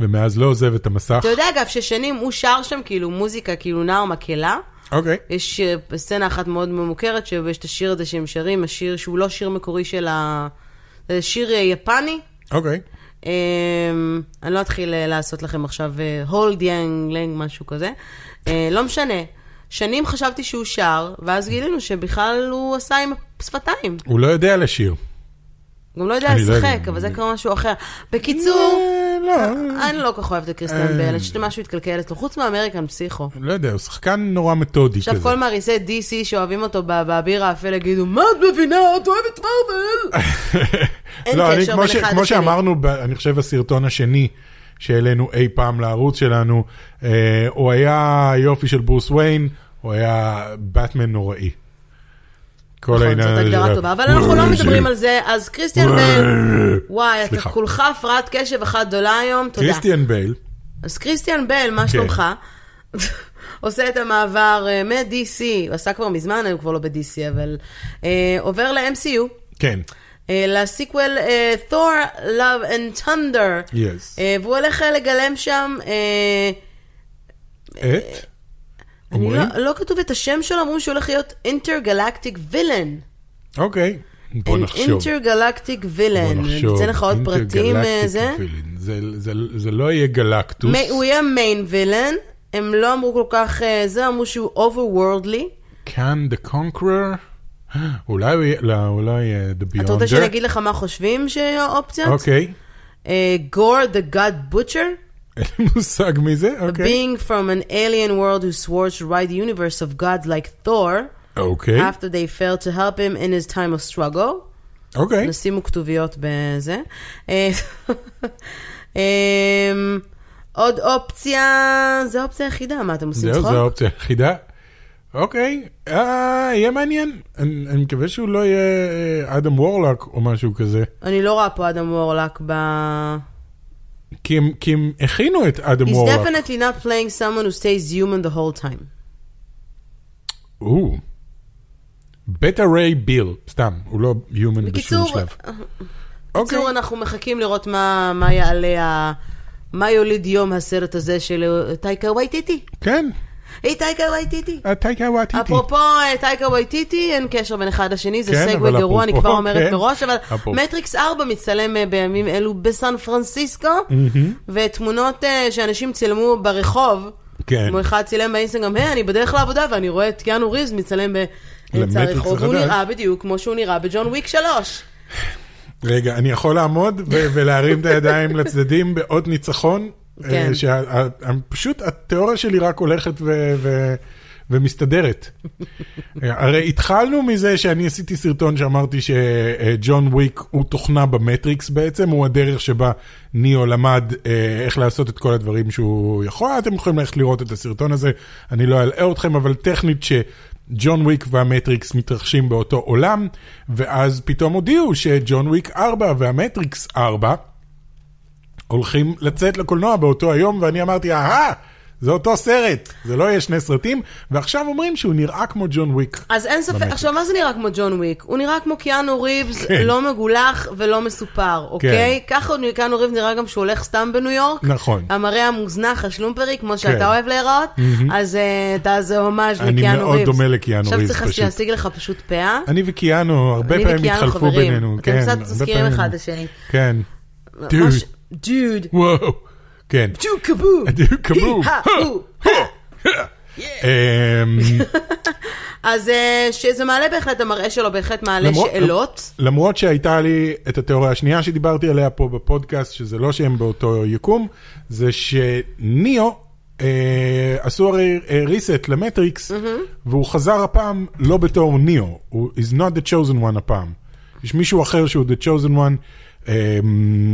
S1: ומאז לא עוזב את המסך.
S2: אתה יודע, אגב, ששנים הוא שר שם כאילו מוזיקה, כאילו נער מקהלה.
S1: אוקיי.
S2: יש אה, סצנה אחת מאוד מוכרת, שיש את השיר הזה שהם שרים, השיר שהוא לא שיר מקורי של ה... זה שיר אה, יפני.
S1: אוקיי.
S2: אמ, אני לא אתחיל אה, לעשות לכם עכשיו אה, הולד יאנג לנג, משהו כזה. אה, לא משנה. שנים חשבתי שהוא שר, ואז גילינו שבכלל הוא עשה עם שפתיים.
S1: הוא לא יודע לשיר.
S2: הוא גם לא יודע
S1: אני לא
S2: לשחק,
S1: יודע.
S2: אבל זה כבר משהו אחר. בקיצור,
S1: אה, לא,
S2: אני לא כל כך אוהבת את
S1: אה.
S2: קריסטיאן בל, אני חושבת שמשהו התקלקל אצלו, חוץ מאמריקן פסיכו.
S1: לא יודע, הוא שחקן נורא מתודי כזה.
S2: עכשיו כל מעריצי DC שאוהבים אותו ב- באביר האפל יגידו, מה את מבינה? את אוהבת מרוויל! אין
S1: לא, אני,
S2: קשר
S1: כמו,
S2: בין
S1: ש...
S2: אחד
S1: כמו
S2: לשני.
S1: שאמרנו, ב... אני חושב הסרטון השני שהעלינו אי פעם לערוץ שלנו, אה, הוא היה יופי של ברוס וויין, הוא היה באטמן נוראי. כל
S2: נכון,
S1: העניין
S2: זאת
S1: הזה
S2: הגדרה
S1: של- אה,
S2: טובה, אבל אנחנו לא מדברים על זה, אז קריסטיאן בל, וואי, אתה
S1: סליחה.
S2: כולך הפרעת קשב אחת גדולה היום, תודה.
S1: קריסטיאן בייל,
S2: אז קריסטיאן בל,
S1: כן.
S2: מה שלומך? עושה את המעבר אה, מ-DC, הוא עשה כבר מזמן, היום כבר לא ב-DC, אבל אה, עובר ל-MCU,
S1: כן,
S2: אה, לסיקוול אה, Thor, Love and Thunder,
S1: יס.
S2: אה, והוא הולך אה, לגלם שם, אה,
S1: את?
S2: אני
S1: אומרים?
S2: לא- לא כתוב את השם שלו, אמרו שהוא הולך להיות אינטרגלקטיק וילן. לא-
S1: אוקיי, בוא נחשוב.
S2: אינטרגלקטיק
S1: בוא
S2: וילן.
S1: נחשוב.
S2: ניתן לך עוד פרטים, אה,
S1: Intergalactic
S2: זה?
S1: villain. זה- זה- זה לא יהיה גלקטוס.
S2: מי- הוא יהיה מיין וילן, הם לא אמרו כל כך, אה, זה אמרו שהוא overworldly.
S1: כאן the conqueror? אולי הוא יהיה, לא, אולי אה, the
S2: אתה רוצה שאני
S1: beyonder.
S2: אגיד לך מה חושבים שהאופציות?
S1: אוקיי,
S2: גור, the god butcher,
S1: אין לי מושג מי זה,
S2: a
S1: אוקיי.
S2: being from an alien world who swore to ride the universe of gods like Thor,
S1: אוקיי,
S2: after they failed to help him in his time of struggle.
S1: אוקיי.
S2: נשים כתוביות בזה. אה, אמ, עוד אופציה, זו האופציה היחידה, מה אתם עושים
S1: זהו,
S2: צחוק?
S1: זו האופציה היחידה. אוקיי, אה, יהיה מעניין. אני אני מקווה שהוא לא יהיה אה, אדם וורלק או משהו כזה.
S2: אני לא רואה פה אדם וורלק ב...
S1: כי הם- כי הם הכינו את אדם
S2: He's
S1: וורלק.
S2: definitely not playing someone who stays human the whole time.
S1: או. בטה ריי ביל, סתם, הוא לא Human בשום
S2: בקיצור,
S1: שלב. אוקיי.
S2: בקיצור, אנחנו מחכים לראות מה מה יעלה, ה- מה יוליד יום הסרט הזה של אה, טייקה וייטיטי.
S1: כן,
S2: היא טייקה וייטיטי.
S1: הטייקה וואטיטי.
S2: אפרופו אה, טייקה וייטיטי, אין קשר בין אחד לשני, זה
S1: כן,
S2: סגווי
S1: אבל
S2: גרוע, אני
S1: אפרופו,
S2: כבר אומרת
S1: כן.
S2: מראש, אבל
S1: אפרופו.
S2: מטריקס 4 מצטלם אה, בימים אלו בסן פרנסיסקו, ותמונות אה, שאנשים צילמו ברחוב,
S1: כן.
S2: כמו אחד צילם באינסטגרם, היי, אני בדרך לעבודה ואני רואה את קיאנו ריז מצלם באמצע
S1: למטריקס
S2: הרחוב, והוא
S1: החדש.
S2: נראה בדיוק כמו שהוא נראה בג'ון וויק 3.
S1: רגע, אני יכול לעמוד ו- ולהרים את הידיים לצדדים בעוד ניצחון?
S2: כן.
S1: אה, שה- ה- ה- פשוט התיאוריה שלי רק הולכת ו- ו- ומסתדרת. אה, הרי התחלנו מזה שאני עשיתי סרטון שאמרתי שג'ון וויק הוא תוכנה במטריקס בעצם, הוא הדרך שבה ניאו למד אה, איך לעשות את כל הדברים שהוא יכול. אתם יכולים ללכת לראות את הסרטון הזה, אני לא אלאה אתכם, אבל טכנית ש... ג'ון וויק והמטריקס מתרחשים באותו עולם, ואז פתאום הודיעו שג'ון וויק 4 והמטריקס 4 הולכים לצאת לקולנוע באותו היום, ואני אמרתי, אהה, זה אותו סרט, זה לא יהיה שני סרטים, ועכשיו אומרים שהוא נראה כמו ג'ון וויק.
S2: אז אין ספק,
S1: במטריקס. כן.
S2: עכשיו מה זה נראה כמו ג'ון וויק? הוא נראה כמו קיאנו ריבס, לא מגולח ולא מסופר, אוקיי? ככה הוא- קיאנו ריבס נראה גם שהוא הולך סתם בניו יורק.
S1: נכון.
S2: המראה המוזנח, השלומפרי, כמו
S1: כן.
S2: שאתה אוהב להיראות, אז אה, אתה זה הומאז' לקיאנו
S1: אני
S2: ריבס.
S1: מאוד דומה לקיאנו ריבס,
S2: עכשיו צריך
S1: פשוט.
S2: להשיג לך פשוט פאה.
S1: אני וקיאנו הרבה
S2: אני
S1: פעמים
S2: וקיאנו
S1: התחלפו
S2: חברים.
S1: בינינו,
S2: אתם
S1: כן.
S2: קצת
S1: הרבה
S2: מזכירים
S1: פעמים.
S2: אחד את השני.
S1: כן. דוד,
S2: ממש- דוד.
S1: וואו, כן.
S2: דו כבו.
S1: דוד, כבוב.
S2: הא, הוא.
S1: אמ,
S2: אז אה, שזה מעלה בהחלט, המראה שלו בהחלט מעלה
S1: למרות-
S2: שאלות.
S1: למרות שהייתה לי את התיאוריה השנייה שדיברתי עליה פה בפודקאסט, שזה לא שהם באותו יקום, זה שניאו אה, עשו הרי אה, reset למטריקס, והוא חזר הפעם לא בתור ניאו, הוא is not the chosen one הפעם. יש מישהו אחר שהוא the chosen one, אה,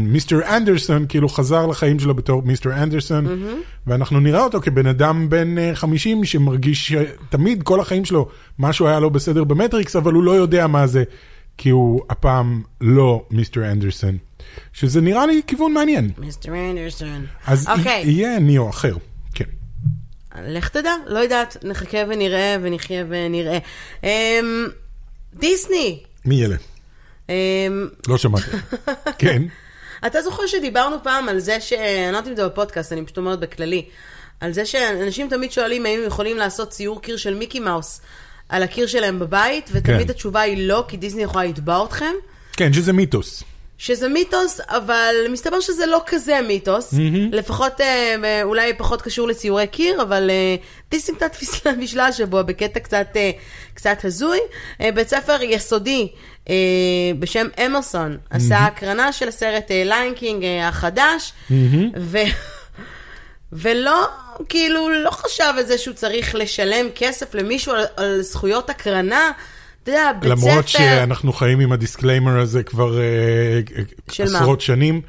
S1: מיסטר אנדרסון, כאילו חזר לחיים שלו בתור מיסטר אנדרסון, ואנחנו נראה אותו כבן אדם בן אה, 50 שמרגיש שתמיד כל החיים שלו משהו היה לא בסדר במטריקס, אבל הוא לא יודע מה זה. כי הוא הפעם לא מיסטר אנדרסון, שזה נראה לי כיוון מעניין.
S2: מיסטר אנדרסון.
S1: אז
S2: אוקיי.
S1: י- יהיה ניאו אחר, כן.
S2: לך תדע, לא יודעת, נחכה ונראה ונחיה ונראה. אמ, דיסני,
S1: מי אלה?
S2: אמ,
S1: לא שמעתי. כן,
S2: אתה זוכר שדיברנו פעם על זה ש... אני לא יודעת אם זה בפודקאסט, אני פשוט אומרת בכללי. על זה שאנשים תמיד שואלים האם הם יכולים לעשות ציור קיר של מיקי מאוס על הקיר שלהם בבית, ותמיד
S1: כן.
S2: התשובה היא לא, כי דיסני יכולה לתבע אתכם.
S1: כן, שזה מיתוס.
S2: שזה מיתוס, אבל מסתבר שזה לא כזה מיתוס. Mm-hmm. לפחות אה, אה, אולי פחות קשור לציורי קיר, אבל אה, דיסני קצת פסלה בשלה השבוע בקטע קצת, אה, קצת הזוי. אה, בית ספר יסודי אה, בשם אמרסון mm-hmm. עשה הקרנה של הסרט אה, ליינקינג אה, החדש, mm-hmm. ו... ולא, כאילו, לא חשב על זה שהוא צריך לשלם כסף למישהו על, על זכויות הקרנה. אתה יודע, בית ספר...
S1: למרות שאנחנו חיים עם הדיסקליימר הזה כבר אה,
S2: של מה?
S1: עשרות שנים,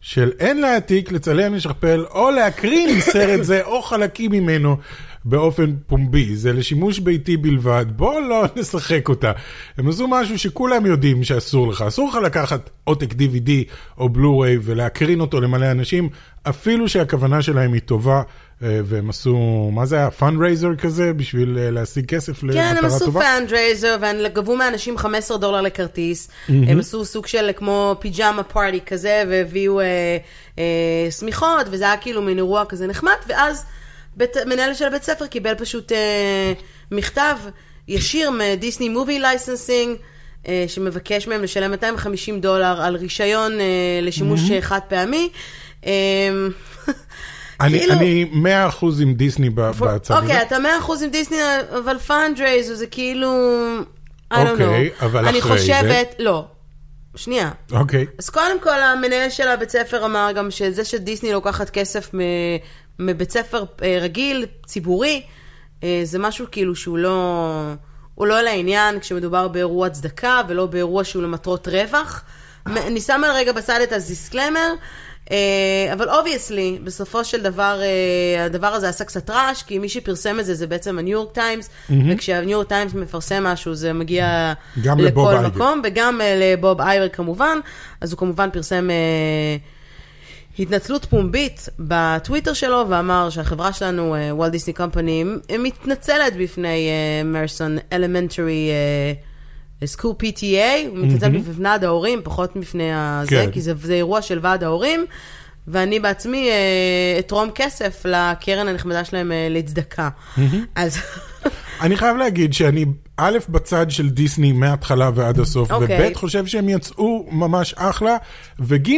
S1: של אין להעתיק, לצלם, לשכפל, או להקרין סרט זה, או חלקים ממנו. באופן פומבי, זה לשימוש ביתי בלבד, בוא לא נשחק אותה. הם עשו משהו שכולם יודעים שאסור לך, אסור לך לקחת עותק DVD או בלו-ריי ולהקרין אותו למלא אנשים, אפילו שהכוונה שלהם היא טובה, אה, והם עשו, מה זה היה? פאנדרייזר כזה, בשביל אה, להשיג כסף למטרה
S2: כן,
S1: טובה?
S2: הם עשו פאנדרייזר, והם גבו מאנשים 15 דולר לכרטיס. הם עשו סוג של כמו פיג'מה פארטי כזה, והביאו אה, אה, שמיכות, וזה היה כאילו מין אירוע כזה נחמד, ואז בית- מנהל של הבית ספר קיבל פשוט אה, מכתב ישיר מדיסני מובי לייסנסינג. אה, שמבקש מהם לשלם 250 דולר על רישיון אה, לשימוש אה, חד פעמי. אה,
S1: אני,
S2: כאילו-
S1: אני 100% עם דיסני ב- בצד הזה.
S2: אוקיי, אתה מאה אחוז עם דיסני, אבל פאנדרייזר זה כאילו... I don't
S1: אוקיי,
S2: know.
S1: אבל
S2: אני
S1: אחרי זה?
S2: חושבת, לא. שנייה.
S1: אוקיי.
S2: אז קודם כל, המנהל של הבית ספר אמר גם שזה שדיסני לוקחת כסף מ- מבית ספר אה, רגיל, ציבורי, אה, זה משהו כאילו שהוא לא... הוא לא לעניין כשמדובר באירוע צדקה ולא באירוע שהוא למטרות רווח. מ- אני שמה לרגע בצד את הדיסקלמר, אה, אבל אובייסלי, בסופו של דבר, אה, הדבר הזה עשה קצת רעש, כי מי שפרסם את זה זה בעצם הניו יורק טיימס, וכשהניו יורק טיימס מפרסם משהו זה מגיע
S1: גם
S2: לכל
S1: לבוב אייגר.
S2: מקום, וגם אה, לבוב אייבר כמובן, אז הוא כמובן פרסם אה, התנצלות פומבית בטוויטר שלו, ואמר שהחברה שלנו, אה, וולט דיסני קומפני, אה, מתנצלת בפני אה, מרסון אלמנטרי אה, סקול PTA, הוא מתנצל בפני ועד ההורים, פחות מפני הזה,
S1: כן.
S2: כי זה זה אירוע של ועד ההורים. ואני בעצמי אה, אתרום כסף לקרן הנחמדה שלהם אה, לצדקה. אז
S1: אני חייב להגיד שאני א', בצד של דיסני מההתחלה ועד הסוף,
S2: אוקיי.
S1: וב', חושב שהם יצאו ממש אחלה, וג',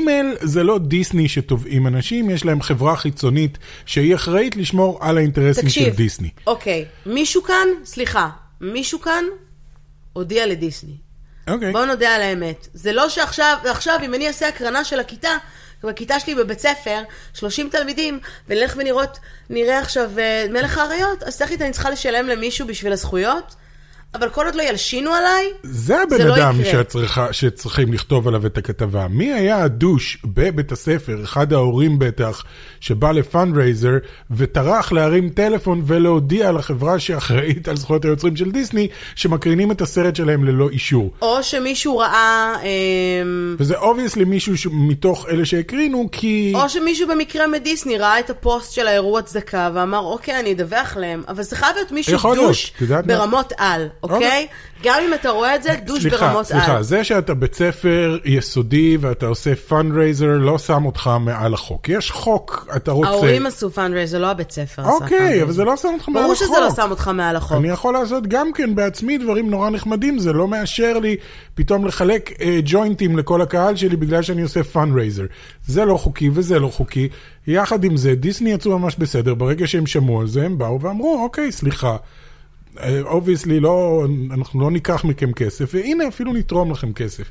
S1: זה לא דיסני שתובעים אנשים, יש להם חברה חיצונית שהיא אחראית לשמור על האינטרסים של
S2: תקשיב.
S1: דיסני.
S2: אוקיי, מישהו כאן, סליחה, מישהו כאן הודיע לדיסני.
S1: אוקיי.
S2: בואו נודה על האמת. זה לא שעכשיו, עכשיו אם אני אעשה הקרנה של הכיתה, בכיתה שלי בבית ספר, 30 תלמידים, ונלך ונראות, נראה עכשיו אה, מלך האריות, אז תכלית אני צריכה לשלם למישהו בשביל הזכויות, אבל כל עוד לא ילשינו עליי,
S1: זה הבן
S2: זה לא
S1: אדם
S2: יקרה.
S1: שצריכה, שצריכים לכתוב עליו את הכתבה. מי היה הדוש בבית הספר, אחד ההורים בטח, שבא לפאנדרייזר וטרח להרים טלפון ולהודיע לחברה שאחראית על זכויות היוצרים של דיסני, שמקרינים את הסרט שלהם ללא אישור.
S2: או שמישהו ראה, אה,
S1: וזה אובייסלי מישהו ש- מתוך אלה שהקרינו, כי...
S2: או שמישהו במקרה מדיסני ראה את הפוסט של האירוע צדקה ואמר, אוקיי, אני אדווח להם, אבל זה חייב להיות מישהו
S1: יכול להיות,
S2: דוש
S1: את יודעת מה?
S2: ברמות על,
S1: אוקיי.
S2: אוקיי? גם אם אתה רואה את זה, דוש ברמות
S1: סליחה,
S2: על.
S1: סליחה, זה שאתה בית ספר יסודי ואתה עושה פאנדרייזר לא שם אותך מעל החוק. יש חוק, אתה רוצה...
S2: ההורים עשו פאנדרייז, זה לא הבית ספר. עשה
S1: לא אוקיי,
S2: fundraiser.
S1: אבל זה לא שם אותך מעל
S2: ברור
S1: החוק.
S2: שזה לא שם אותך מעל החוק.
S1: אני יכול לעשות גם כן בעצמי דברים נורא נחמדים, זה לא מאשר לי פתאום לחלק אה, ג'וינטים לכל הקהל שלי בגלל שאני עושה פאנרייזר. זה לא חוקי וזה לא חוקי. יחד עם זה, דיסני יצאו ממש בסדר, ברגע שהם שמעו על זה, הם באו ואמרו, אוקיי, סליחה. אובייסלי, לא, אנחנו לא ניקח מכם כסף, והנה אפילו נתרום לכם כסף.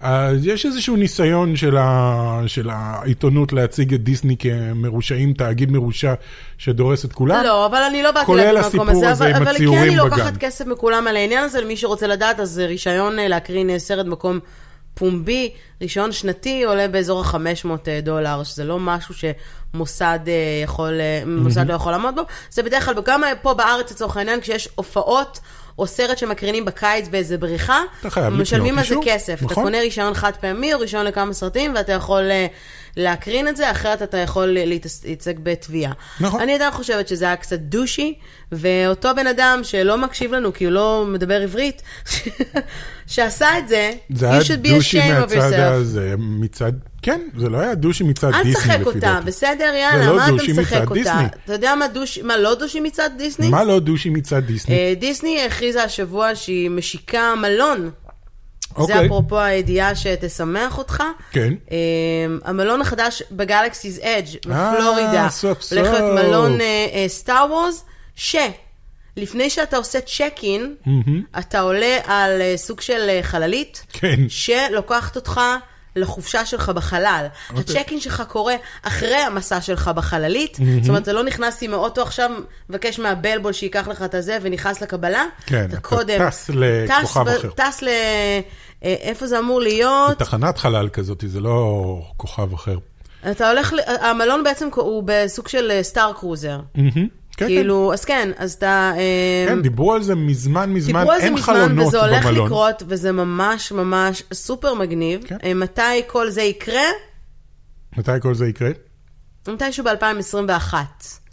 S1: אז יש איזשהו ניסיון של, ה, של העיתונות להציג את דיסני כמרושעים, תאגיד מרושע שדורס את כולם.
S2: לא, אבל אני לא באתי
S1: כולל
S2: להגיד
S1: הסיפור
S2: במקום הזה,
S1: הזה
S2: אבל,
S1: עם
S2: אבל כן
S1: הציורים
S2: אני לוקחת
S1: בגן.
S2: כסף מכולם על העניין הזה, למי שרוצה לדעת, אז רישיון אה, להקרין אה, סרט במקום פומבי, רישיון שנתי עולה באזור ה-500 דולר, שזה לא משהו שמוסד אה, יכול, אה, מוסד לא יכול לעמוד בו, זה בדרך כלל, גם אה, פה בארץ לצורך העניין, כשיש הופעות. או סרט שמקרינים בקיץ באיזה בריכה,
S1: אתה חייב לקנות
S2: משלמים על זה
S1: אישור,
S2: כסף. אתה
S1: נכון.
S2: קונה רישיון חד פעמי או רישיון לכמה סרטים, ואתה יכול אה, להקרין את זה, אחרת אתה יכול אה, להתייצג בתביעה.
S1: נכון.
S2: אני עדיין חושבת שזה היה קצת דושי, ואותו בן אדם שלא מקשיב לנו כי הוא לא מדבר עברית, שעשה את זה, you
S1: זה היה
S2: should be
S1: דושי
S2: ashamed of
S1: מהצד
S2: yourself.
S1: הזה, מצד, כן, זה לא היה דושי מצד
S2: אל
S1: דיסני לפי דעתי.
S2: תשחק אותה, בסדר, יאללה,
S1: לא
S2: מה
S1: דושי
S2: אתה משחק
S1: מצד
S2: אותה?
S1: דיסני.
S2: אתה יודע מה דושי, מה לא דושי מצד דיסני?
S1: מה לא דושי מצד דיסני?
S2: אה, דיסני הכריזה השבוע שהיא משיקה מלון. זה
S1: אוקיי.
S2: אפרופו הידיעה שתשמח אותך.
S1: כן.
S2: אה, המלון החדש בגלקסיס אדג'
S1: אה,
S2: בפלורידה.
S1: סוף סוף.
S2: הולך להיות מלון אה, סטאר וורז, שלפני שאתה עושה צ'ק אין, אתה עולה על אה, סוג של אה, חללית,
S1: כן.
S2: שלוקחת אותך לחופשה שלך בחלל.
S1: אוקיי.
S2: הצ'ק אין שלך קורה אחרי המסע שלך בחללית, זאת אומרת, אתה לא נכנס עם האוטו עכשיו, מבקש מהבלבול שייקח לך את הזה ונכנס לקבלה.
S1: כן,
S2: אתה
S1: אתה
S2: קודם
S1: טס לכוכב
S2: טס ב-
S1: אחר.
S2: טס ל... אה, איפה זה אמור להיות?
S1: תחנת חלל כזאת, זה לא כוכב אחר.
S2: אתה הולך, ל- אה, המלון בעצם הוא בסוג של סטאר קרוזר.
S1: מהמם. כן,
S2: כאילו, אז כן, אז אתה... אה,
S1: כן, כן, דיברו על זה מזמן מזמן,
S2: דיברו על זה
S1: אין
S2: מזמן,
S1: חלונות
S2: וזה הולך
S1: במלון.
S2: לקרות, וזה ממש ממש סופר מגניב.
S1: כן.
S2: אה, מתי כל זה יקרה?
S1: מתי כל זה יקרה?
S2: מתישהו ב-2021.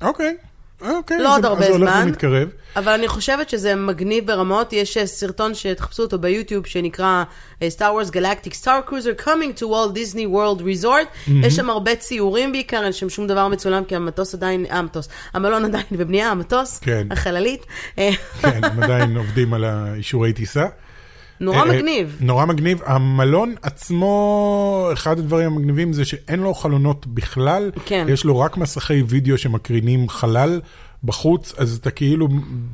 S1: אוקיי, אוקיי,
S2: לא עוד
S1: זה-
S2: הרבה
S1: זה הולך
S2: זמן.
S1: ומתקרב.
S2: אבל אני חושבת שזה מגניב ברמות. יש אה, סרטון שתחפשו אותו ביוטיוב שנקרא אה, Star Wars Galactic Star Cruiser Coming to Walt Disney World Resort.
S1: Mm-hmm.
S2: יש שם הרבה ציורים בעיקר, אין שם שום דבר מצולם, כי המטוס עדיין, אה, המטוס, המלון עדיין בבנייה, המטוס,
S1: כן.
S2: החללית. אה,
S1: כן, הם עדיין עובדים על האישורי טיסה.
S2: נורא
S1: אה, אה,
S2: מגניב.
S1: נורא מגניב. המלון עצמו, אחד הדברים המגניבים זה שאין לו חלונות בכלל.
S2: כן.
S1: יש לו רק מסכי וידאו שמקרינים חלל בחוץ, אז אתה כאילו,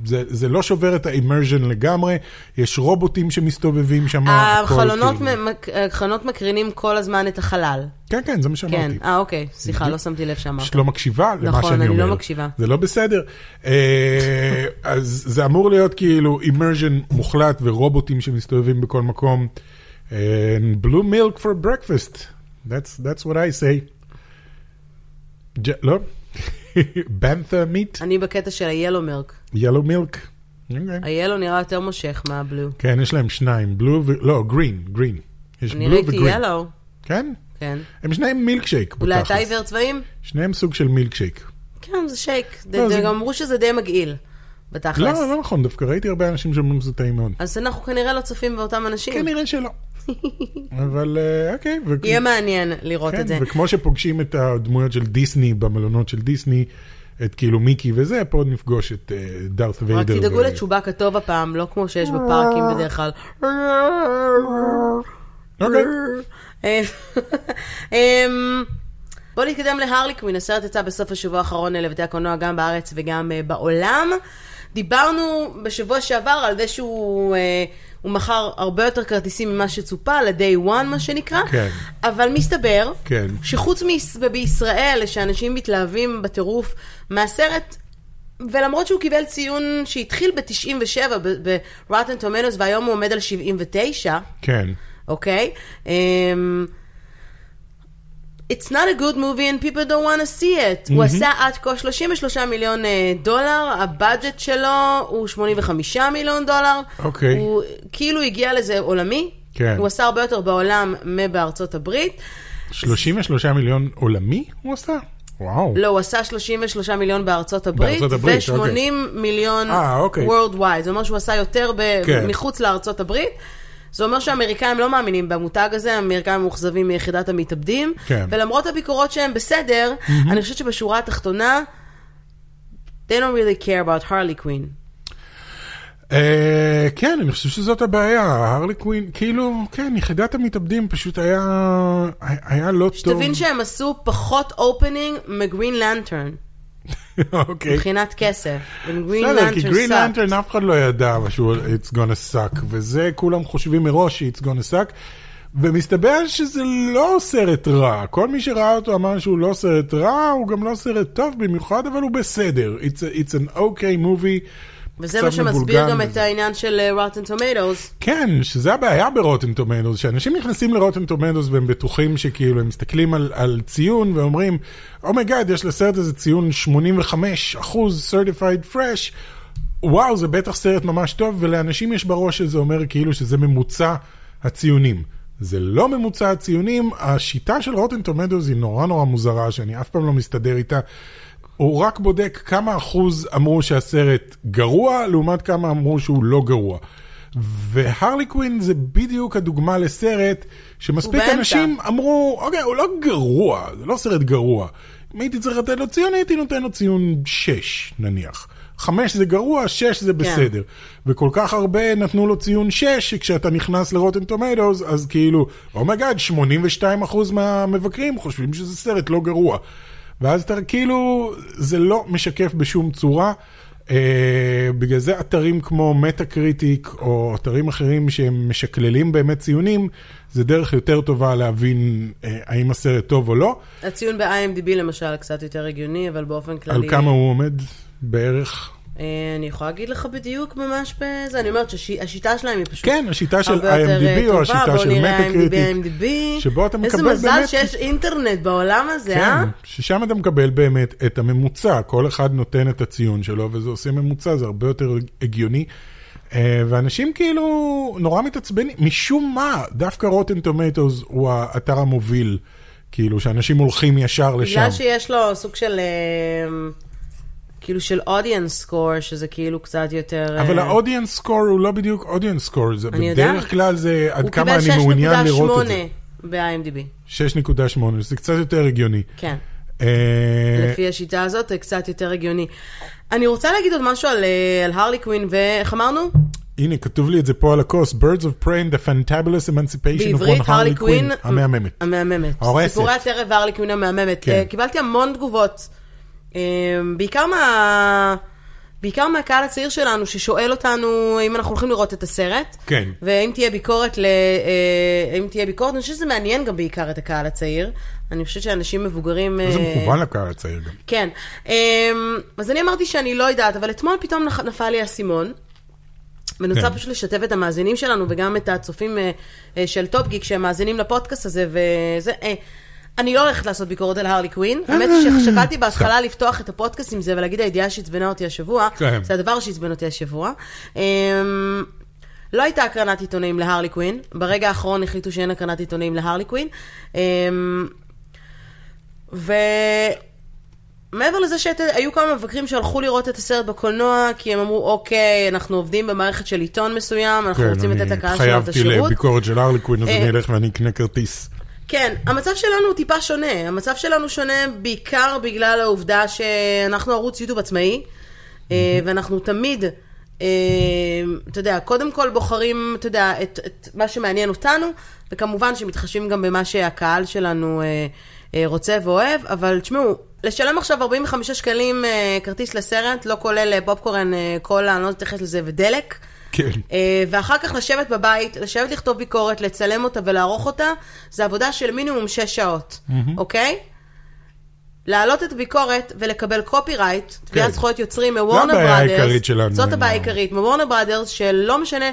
S1: זה, זה לא שובר את האימרז'ן לגמרי, יש רובוטים שמסתובבים שם. הכל
S2: החלונות
S1: כאילו-
S2: אה, מק- החלונות מקרינים כל הזמן את החלל.
S1: כן, כן, זה מה שאמרתי.
S2: כן, אה, אוקיי, סליחה,
S1: בדיוק.
S2: לא שמתי לב שאמרת.
S1: פשוט לא מקשיבה למה
S2: נכון,
S1: שאני אומר.
S2: אני לא מקשיבה.
S1: זה לא בסדר. אה, אז זה אמור להיות כאילו אימרז'ן מוחלט ורובוטים שמסתובבים בכל מקום. And blue milk for breakfast. That's, that's what I say. ג- לא? בנתה מיט?
S2: אני בקטע של ה-Yellow מרק.
S1: ילו מילק?
S2: ה-Yellow נראה יותר מושך מהבלו.
S1: כן, יש להם שניים, בלו ו... לא, גרין, גרין. יש
S2: אני
S1: בלו
S2: ראיתי
S1: וגרין.
S2: Yellow,
S1: כן?
S2: כן.
S1: הם שניהם מילקשייק
S2: אולי אתה
S1: בתכלס.
S2: עיוור צבעים?
S1: שניהם סוג של מילקשייק.
S2: כן, זה שייק.
S1: לא, זה-
S2: זה- גם אמרו שזה די מגעיל, בתכלס.
S1: לא, לא נכון, דווקא ראיתי הרבה אנשים שאומרים שזה טעים מאוד. כן,
S2: אז אנחנו כנראה לא צופים באותם אנשים.
S1: כנראה שלא. אבל אה, אוקיי. וכ-
S2: יהיה מעניין לראות
S1: כן,
S2: את זה.
S1: וכמו שפוגשים את הדמויות של דיסני במלונות של דיסני, את כאילו מיקי וזה, פה נפגוש את אה, דארת ויידר.
S2: רק תדאגו
S1: ו-
S2: לצ'ובאקה טוב הפעם, לא כמו שיש בפארקים בדרך כלל.
S1: אוקיי.
S2: אה, אמ, בואו נתקדם להרלי קווין, הסרט יצא בסוף השבוע האחרון אה, לבתי הקולנוע גם בארץ וגם אה, בעולם. דיברנו בשבוע שעבר על זה שהוא אה, הוא מכר הרבה יותר כרטיסים ממה שצופה, ל-day one מה שנקרא,
S1: כן.
S2: אבל מסתבר
S1: כן.
S2: שחוץ מבישראל, שאנשים מתלהבים בטירוף מהסרט, ולמרות שהוא קיבל ציון שהתחיל ב-97 ב-Rotten Tomatoes והיום הוא עומד על 79,
S1: כן.
S2: אוקיי? אמ, It's not a good movie and people don't want to see it.
S1: Mm-hmm.
S2: הוא עשה עד כה 33 מיליון אה, דולר, הבאג'ט שלו הוא 85 מיליון דולר.
S1: אוקיי.
S2: הוא כאילו הגיע לזה עולמי.
S1: כן.
S2: הוא עשה הרבה יותר בעולם מבארצות הברית.
S1: 33 מיליון עולמי הוא עשה? וואו.
S2: לא, הוא עשה 33 מיליון בארצות הברית,
S1: בארצות הברית,
S2: ו-80
S1: אוקיי.
S2: מיליון
S1: אה, אוקיי.
S2: Worldwide. זה אומר שהוא עשה יותר ב-
S1: כן.
S2: מחוץ לארצות הברית. זה אומר שהאמריקאים לא מאמינים במותג הזה, האמריקאים מאוכזבים מיחידת המתאבדים.
S1: כן.
S2: ולמרות הביקורות שהם בסדר, אני חושבת שבשורה התחתונה, they don't really care about Harley Quinn.
S1: אה, כן, אני חושב שזאת הבעיה, הרלי קווין, כאילו, כן, יחידת המתאבדים פשוט היה, היה לא טוב.
S2: תבין שהם עשו פחות אופנינג מגרין לנטרן,
S1: אוקיי.
S2: מבחינת כסף. וגרין
S1: אה, בסדר, כי
S2: לנטרן
S1: גרין
S2: סאק.
S1: לנטרן אף אחד לא ידע משהו, it's gonna suck, וזה כולם חושבים מראש ש-it's gonna suck, ומסתבר שזה לא סרט רע, כל מי שראה אותו אמר שהוא לא סרט רע, הוא גם לא סרט טוב במיוחד, אבל הוא בסדר, it's, a, it's an okay movie.
S2: וזה
S1: קצת
S2: מה שמסביר
S1: מבולגן
S2: גם את
S1: וזה.
S2: העניין של אה, Rotten Tomatoes.
S1: כן, שזה הבעיה ברוטן טומנדוס, שאנשים נכנסים לרוטן טומנדוס והם בטוחים שכאילו, הם מסתכלים על, על ציון ואומרים, אומייגאד, oh my God, יש לסרט הזה ציון 85 אחוז certified fresh, וואו, זה בטח סרט ממש טוב, ולאנשים יש בראש שזה אומר כאילו שזה ממוצע הציונים. זה לא ממוצע הציונים, השיטה של רוטן טומנדוס היא נורא נורא מוזרה, שאני אף פעם לא מסתדר איתה. הוא רק בודק כמה אחוז אמרו שהסרט גרוע, לעומת כמה אמרו שהוא לא גרוע. והרלי קווין זה בדיוק הדוגמה לסרט שמספיק
S2: הוא באמצע.
S1: אנשים אמרו, אוקיי, הוא לא גרוע, זה לא סרט גרוע. אם הייתי צריך לתת לו ציון, הייתי נותן לו ציון 6 נניח. 5 זה גרוע, 6 זה בסדר. וכל כך הרבה נתנו לו ציון 6, שכשאתה נכנס לרוטן טומטוס, אז כאילו, אומייגאד, 82% מהמבקרים חושבים שזה סרט לא גרוע. ואז אתה כאילו, זה לא משקף בשום צורה. Uh, בגלל זה אתרים כמו מטה-קריטיק או אתרים אחרים שהם משקללים באמת ציונים, זה דרך יותר טובה להבין uh, האם הסרט טוב או לא.
S2: הציון ב-IMDb למשל קצת יותר הגיוני, אבל באופן כללי...
S1: על כמה הוא עומד בערך.
S2: אה, אני יכולה להגיד לך בדיוק ממש בזה, אני אומרת שהשיטה שלהם היא פשוט...
S1: כן, השיטה של
S2: הרבה יותר, אה,
S1: IMDb או
S2: טובה.
S1: השיטה
S2: בואו
S1: של
S2: נראה
S1: מטה-קריטיק.
S2: IMDb, IMDb.
S1: שבו אתה מקבל
S2: איזה מזל
S1: באמת-
S2: שיש אינטרנט בעולם הזה, אה?
S1: כן, ששם אתה מקבל באמת את הממוצע, כל אחד נותן את הציון שלו וזה עושה ממוצע, זה הרבה יותר הגיוני. אה, ואנשים כאילו נורא מתעצבנים, משום מה, דווקא רוטן טומטוס הוא האתר המוביל, כאילו שאנשים הולכים ישר לשם.
S2: בגלל שיש לו סוג של... אה, כאילו של audience score, שזה כאילו קצת יותר... אה,
S1: אבל ה-audience score הוא לא בדיוק audience score, זה
S2: אני יודעת.
S1: בדרך כלל זה עד
S2: הוא
S1: כמה
S2: קיבל
S1: אני מעוניין לראות את זה.
S2: 6.8 ב-IMDb,
S1: 6.8, שזה קצת יותר הגיוני.
S2: כן.
S1: אה,
S2: לפי השיטה הזאת, זה קצת יותר הגיוני. אני רוצה להגיד עוד משהו על, אה, על הרלי קווין, ואיך אמרנו?
S1: הנה, כתוב לי את זה פה על הכוס, Birds of Prey and the Fantabulous Emancipation of
S2: בעברית,
S1: one
S2: הרלי
S1: Harley
S2: קווין.
S1: Quinn. המהממת.
S2: המהממת.
S1: ההורסת.
S2: סיפורי הטרף והרלי קווין המהממת.
S1: כן.
S2: אה, קיבלתי המון תגובות. אה, בעיקר מה... בעיקר מהקהל הצעיר שלנו, ששואל אותנו אם אנחנו הולכים לראות את הסרט.
S1: כן.
S2: ואם תהיה ביקורת ל... אה, אם תהיה ביקורת, אני חושבת שזה מעניין גם בעיקר את הקהל הצעיר. אני חושבת שאנשים מבוגרים...
S1: זה
S2: אה,
S1: מכוון לקהל הצעיר גם.
S2: כן. אמ, אז אני אמרתי שאני לא יודעת, אבל אתמול פתאום נח- נפל לי האסימון. ואני רוצה
S1: כן.
S2: פשוט לשתף את המאזינים שלנו וגם את הצופים אה, אה, של טופגיק שהם מאזינים לפודקאסט הזה וזה. אה, אני לא הולכת לעשות ביקורת על הרלי קווין.
S1: אה.
S2: האמת ששקלתי בהתחלה לפתוח את הפודקאסט עם זה ולהגיד הידיעה שעצבנה אותי השבוע.
S1: כן.
S2: זה הדבר שעצבן אותי השבוע. אמ, לא הייתה הקרנת עיתונאים להרלי קווין. ברגע האחרון החליטו שאין הקרנת עיתונאים להרלי קווין. אמ, ו... מעבר לזה שהיו כמה מבקרים שהלכו לראות את הסרט בקולנוע, כי הם אמרו, אוקיי, אנחנו עובדים במערכת של עיתון מסוים, אנחנו רוצים לתת לקהל שלנו את
S1: כן, התחייבתי
S2: השירות.
S1: לביקורת של הרליקווין, אז
S2: אה.
S1: אני אלך ואני אקנה כרטיס.
S2: כן, המצב שלנו הוא טיפה שונה. המצב שלנו שונה בעיקר בגלל העובדה שאנחנו ערוץ יוטיוב עצמאי, אה, ואנחנו תמיד, אה, אתה יודע, קודם כל בוחרים, אתה יודע, את, את מה שמעניין אותנו, וכמובן שמתחשבים גם במה שהקהל שלנו אה, אה, רוצה ואוהב, אבל תשמעו, לשלם עכשיו 45 שקלים אה, כרטיס לסרט, לא כולל אה, פופקורן, אה, קולה, אני לא אתייחס לזה, ודלק.
S1: כן.
S2: אה, ואחר כך לשבת בבית, לשבת לכתוב ביקורת, לצלם אותה ולערוך אותה, זה עבודה של מינימום שש שעות, אוקיי? להעלות את הביקורת ולקבל קופירייט, תביעת זכויות יוצרים מוורנר
S1: כן. הבעיה
S2: בראדרס,
S1: העיקרית שלנו
S2: זאת
S1: עם
S2: הבעיה
S1: ה-
S2: העיקרית, מוורנר בראדרס, שלא משנה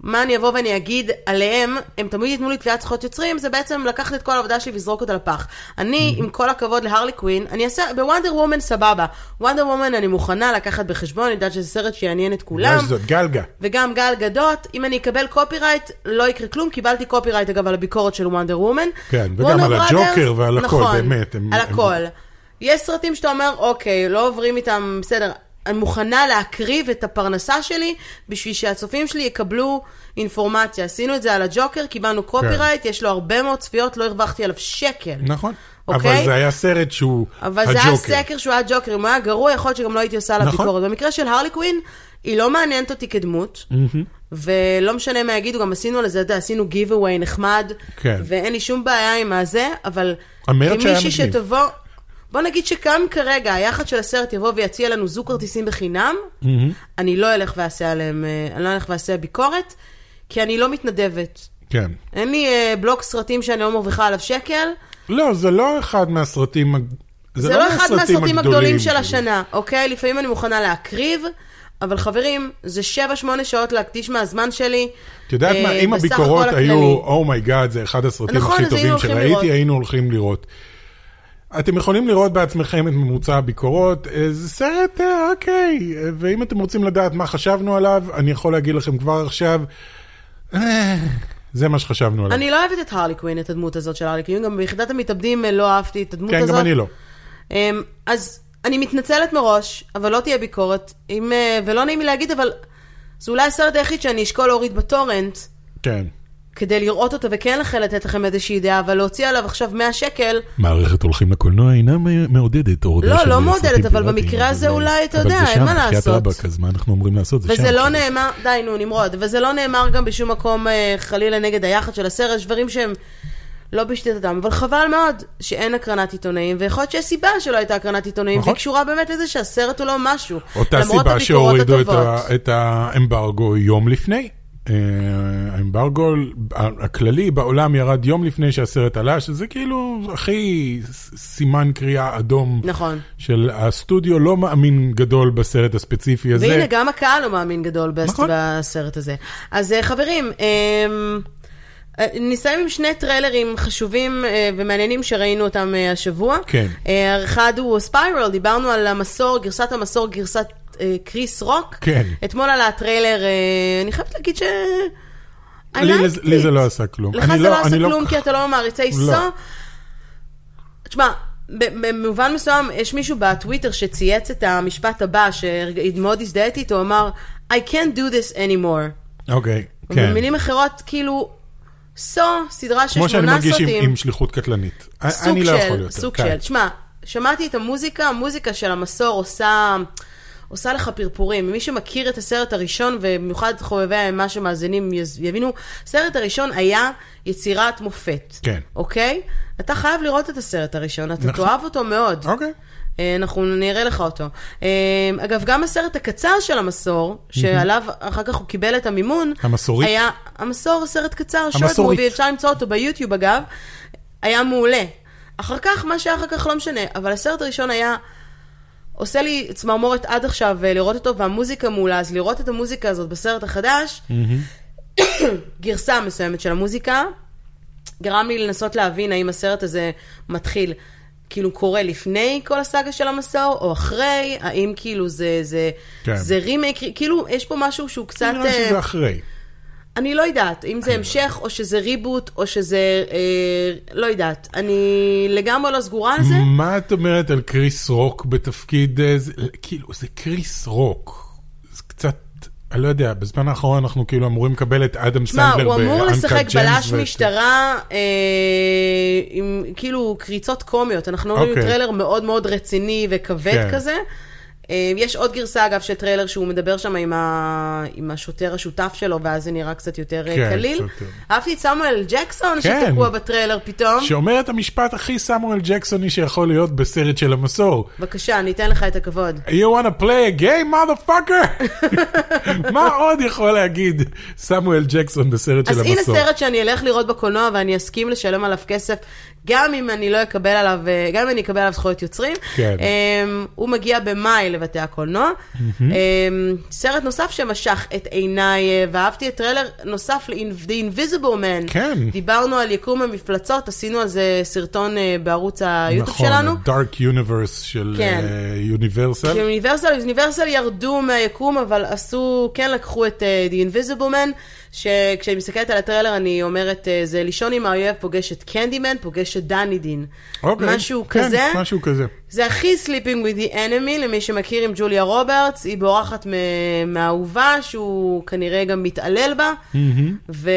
S2: מה אני אבוא ואני אגיד עליהם, הם תמיד ייתנו לי תביעת זכויות יוצרים, זה בעצם לקחת את כל העבודה שלי ולזרוק אותה לפח. אני, עם כל הכבוד להרלי קווין, אני אעשה, בוונדר וומן סבבה. וונדר וומן אני מוכנה לקחת בחשבון, אני יודעת שזה סרט שיעניין את כולם.
S1: יש זאת גלגה.
S2: וגם גל גדות, אם אני אקבל קופירייט, לא יקרה כלום, קיבלתי קופירייט אגב על הביקורת של וונדר וומן.
S1: כן, וגם על הג'וקר ועל הכל, באמת, הם-
S2: נכון, על
S1: הם-
S2: הכל. יש סרטים שאתה אומר, אוקיי, לא עוברים איתם, בסדר, אני מוכנה להקריב את הפרנסה שלי בשביל שהצופים שלי יקבלו אינפורמציה. עשינו את זה על הג'וקר, קיבלנו
S1: כן.
S2: קופירייט, יש לו הרבה מאוד צפיות, לא הרווחתי עליו שקל.
S1: נכון.
S2: אוקיי?
S1: אבל זה היה סרט שהוא
S2: אבל זה היה
S1: הג'וקר.
S2: סקר שהוא היה ג'וקר, אם הוא היה גרוע, יכול להיות שגם לא הייתי עושה עליו
S1: נכון.
S2: ביקורת. במקרה של הרלי קווין, היא לא מעניינת אותי כדמות, ולא משנה מה יגידו, גם עשינו לזה, אתה יודע, עשינו giveaway נחמד,
S1: כן.
S2: ואין לי שום בעיה עם הזה, אבל
S1: המרץ' היה
S2: כמישהי
S1: מגניב.
S2: שתבוא... בוא נגיד שגם כרגע היחד של הסרט יבוא ויציע לנו זוג כרטיסים בחינם, אני לא אלך ואעשה עליהם, אה, אני לא אלך ואעשה ביקורת, כי אני לא מתנדבת.
S1: כן.
S2: אין לי אה, בלוק סרטים שאני לא מרוויחה עליו שקל,
S1: לא, זה לא אחד מהסרטים... הג-
S2: זה לא אחד
S1: מהסרטים
S2: מהסרטים הגדולים של
S1: כאילו.
S2: השנה, אוקיי? לפעמים אני מוכנה להקריב, אבל חברים, זה 7-8 שעות להקדיש מהזמן שלי.
S1: את יודעת מה,
S2: אה,
S1: אם
S2: בסך
S1: הביקורות
S2: הכל
S1: היו,
S2: הכללי.
S1: אומייגאד, זה אחד הסרטים
S2: נכון,
S1: הכי
S2: אז היינו
S1: טובים
S2: הולכים לראות.
S1: שראיתי, היינו הולכים לראות. אתם יכולים לראות בעצמכם את ממוצע הביקורות, אה, זה סרט, אה, אוקיי, אה, ואם אתם רוצים לדעת מה חשבנו עליו, אני יכול להגיד לכם כבר עכשיו, אה, זה מה שחשבנו עליו.
S2: אני לא אוהבת את הרלי קווין, את הדמות הזאת של הרלי קווין, גם ביחידת המתאבדים אה, לא אהבתי את הדמות
S1: כן,
S2: הזאת.
S1: גם אני לא.
S2: אמ, אז אני מתנצלת מראש, אבל לא תהיה ביקורת, אם, אה, ולא נעים לי להגיד, אבל זה אולי הסרט היחיד שאני אשקול להוריד בטורנט.
S1: כן.
S2: כדי לראות אותו וכן לכן לתת לכם איזושהי דעה, אבל להוציא עליו עכשיו 100 שקל,
S3: מערכת הולכים לקולנוע אינה מ- מעודדת הורדה
S2: לא,
S3: של
S2: לא
S3: סרטים
S2: מעודדת, אבל
S3: פיראטיים,
S2: במקרה הזה
S3: אבל-
S2: אולי, אתה
S3: אבל
S2: יודע,
S3: זה
S2: אין מה
S3: שם, בחייאת
S2: לעשות.
S3: רבאק, אז מה אנחנו אמורים לעשות? זה שם.
S2: וזה לא
S3: כאילו.
S2: נאמר, די נו נמרוד, וזה לא נאמר גם בשום מקום אה, חלילה נגד היחד של הסרט, יש דברים שהם לא בשליטתם, אבל חבל מאוד שאין הקרנת עיתונאים, ויכול להיות שיש סיבה שלא הייתה הקרנת עיתונאים,
S1: נכון.
S2: והיא קשורה באמת לזה שהסרט הוא לא משהו.
S1: אותה
S2: למרות
S1: סיבה
S2: הביקורות
S1: שהורידו את,
S2: הטובות.
S1: ה, את האמברגו יום לפני. אה, האמברגו הכללי בעולם ירד יום לפני שהסרט עלה, שזה כאילו הכי ס- סימן קריאה אדום.
S2: נכון.
S1: של הסטודיו לא מאמין גדול בסרט הספציפי הזה.
S2: והנה, גם הקהל הוא מאמין גדול בס-
S1: נכון.
S2: בסרט הזה. אז אה, חברים, אמ, אה, נסיים עם שני טריילרים חשובים אה, ומעניינים שראינו אותם אה, השבוע.
S1: כן.
S2: אה, אחד הוא ספיירל, דיברנו על המסור, גרסת המסור, גרסת אה, קריס רוק.
S1: כן.
S2: אתמול עלה הטריילר, אה, אני חייבת להגיד ש... I
S1: לי,
S2: liked
S1: לזה- לי זה
S2: it.
S1: לא עשה כלום.
S2: לך
S1: אני
S2: זה לא עשה
S1: אני
S2: כלום כי אתה לא מעריצי סו.
S1: לא.
S2: תשמע, ב- במובן מסוים, יש מישהו בטוויטר שצייץ את המשפט הבא, שמאוד הזדהיתי איתו, אמר, I can't do this anymore.
S1: אוקיי, כן.
S2: במילים אחרות, כאילו, סו, סדרה של
S1: כמו שאני
S2: שמונה
S1: מרגיש עם,
S2: סרטים.
S1: עם שליחות קטלנית. אני-
S2: סוג
S1: אני
S2: של,
S1: לא יכול יותר.
S2: סוג
S1: די.
S2: של. תשמע, שמעתי את המוזיקה, המוזיקה של המסור עושה... עושה לך פרפורים. מי שמכיר את הסרט הראשון, ובמיוחד חובבי האימה שמאזינים יז- יבינו, הסרט הראשון היה יצירת מופת.
S1: כן.
S2: אוקיי? אתה חייב לראות את הסרט הראשון, אתה
S1: נכון.
S2: תאהב אותו מאוד.
S1: אוקיי.
S2: אה, אנחנו נראה לך אותו. אה, אגב, גם הסרט הקצר של המסור, שעליו אחר כך הוא קיבל את המימון,
S1: המסורית?
S2: היה המסור, סרט קצר, שורט
S1: המסורית.
S2: מובי, אפשר למצוא אותו ביוטיוב אגב, היה מעולה. אחר כך, מה שהיה אחר כך לא משנה, אבל הסרט הראשון היה... עושה לי צמרמורת עד עכשיו אה, לראות אותו, והמוזיקה מעולה, אז לראות את המוזיקה הזאת בסרט החדש, גרסה מסוימת של המוזיקה, גרם לי לנסות להבין האם הסרט הזה מתחיל, כאילו קורה לפני כל הסאגה של המסור, או אחרי, האם כאילו זה, זה,
S1: כן.
S2: זה רימייק, כאילו יש פה משהו שהוא קצת...
S1: נראה לי
S2: אה,
S1: שזה אחרי.
S2: אני לא יודעת אם זה המשך, או שזה ריבוט, או שזה... אה, לא יודעת. אני לגמרי לא סגורה על זה.
S1: מה את אומרת על קריס רוק בתפקיד... אה, זה- כאילו, זה קריס רוק. זה קצת... אני לא יודע, בזמן האחרון אנחנו כאילו אמורים לקבל את אדם
S2: שמע,
S1: סנדלר
S2: הוא אמור
S1: ב-Uncut
S2: לשחק
S1: Gems
S2: בלש
S1: ואת-
S2: משטרה אה, עם כאילו קריצות קומיות. אנחנו רואים
S1: אוקיי.
S2: טריילר מאוד מאוד רציני וכבד
S1: כן.
S2: כזה. אה, יש עוד גרסה, אגב, של טריילר שהוא מדבר שם עם ה- עם השוטר השותף שלו, ואז זה נראה קצת יותר אה,
S1: כן,
S2: קליל.
S1: קצת יותר.
S2: אהבתי את סמואל ג'קסון
S1: כן.
S2: שתקוע בטריילר פתאום.
S1: שאומר את המשפט הכי סמואל ג'קסוני שיכול להיות בסרט של המסור.
S2: בבקשה, אני אתן לך את הכבוד.
S1: You wanna play a game, motherfucker? מה עוד יכול להגיד סמואל ג'קסון בסרט של
S2: אז
S1: המסור?
S2: הנה סרט שאני אלך לראות בקולנוע ואני אסכים לשלם עליו כסף, גם אם אני לא אקבל עליו, אה, גם אם אני אקבל עליו זכויות יוצרים.
S1: כן.
S2: אמ, הוא מגיע במאי לבתי הקולנוע. אמ, סרט נוסף שמשך את עיניי, אה, ואהבתי את טריילר נוסף ל-In- The Invisible Man.
S1: כן.
S2: דיברנו על יקום המפלצות, עשינו על זה סרטון אה, בערוץ היוטיוב
S1: נכון,
S2: שלנו.
S1: דארק יוניברס של אה,
S2: כן. כאילו,
S1: יוניברסל.
S2: של אוניברסל, אוניברסל ירדו מהיקום, אבל עשו, כן לקחו את uh, The Invisible Man, שכשאני מסתכלת על הטריילר אני אומרת, uh, זה לישון עם האויב, פוגש את קנדימן, פוגש את דני דין.
S1: אוקיי,
S2: משהו
S1: כן,
S2: כזה.
S1: משהו כזה.
S2: זה הכי Sleeping with the Enemy, למי שמכיר עם ג'וליה רוברטס, היא בורחת מ- מהאהובה, שהוא כנראה גם מתעלל בה, ו...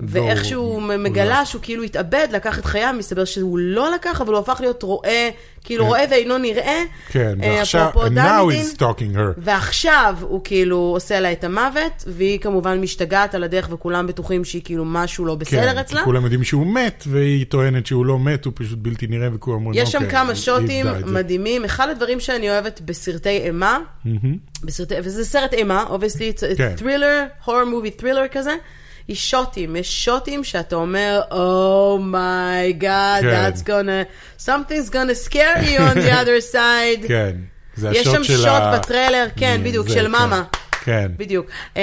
S2: ואיך
S1: והוא-
S2: שהוא
S1: הוא
S2: מגלה
S1: לא-
S2: שהוא כאילו התאבד, לקח את חייו, מסתבר שהוא לא לקח, אבל הוא הפך להיות רואה, כאילו רואה ואינו נראה.
S1: כן,
S2: אה,
S1: ועכשיו,
S2: אפרופו
S1: and now
S2: דנידין.
S1: he's stalking her.
S2: ועכשיו הוא כאילו עושה לה את המוות, והיא כמובן משתגעת על הדרך, וכולם בטוחים שהיא כאילו משהו לא בסדר
S1: כן,
S2: אצלה.
S1: כי כולם יודעים שהוא מת, והיא טוענת שהוא לא מת, הוא פשוט בלתי נראה, וכולם אומרים,
S2: יש שם
S1: "אוקיי,
S2: כמה
S1: היא
S2: שוטים
S1: איבדה את זה."
S2: מדהימים. אחד הדברים שאני אוהבת בסרטי אימה, בסרטי- וזה סרט אימה, אובייסלי,
S1: כן.
S2: טרילר, הורר מובי טרילר כזה, היא שוטים. יש שוטים שאתה אומר, Oh my god,
S1: כן.
S2: that's gonna, something's gonna scare you on the other side.
S1: כן, זה
S2: יש
S1: השוט של
S2: שם
S1: ה...
S2: שוט בטריילר, כן,
S1: זה,
S2: בדיוק, של
S1: כן.
S2: מאמה.
S1: כן.
S2: בדיוק. Um,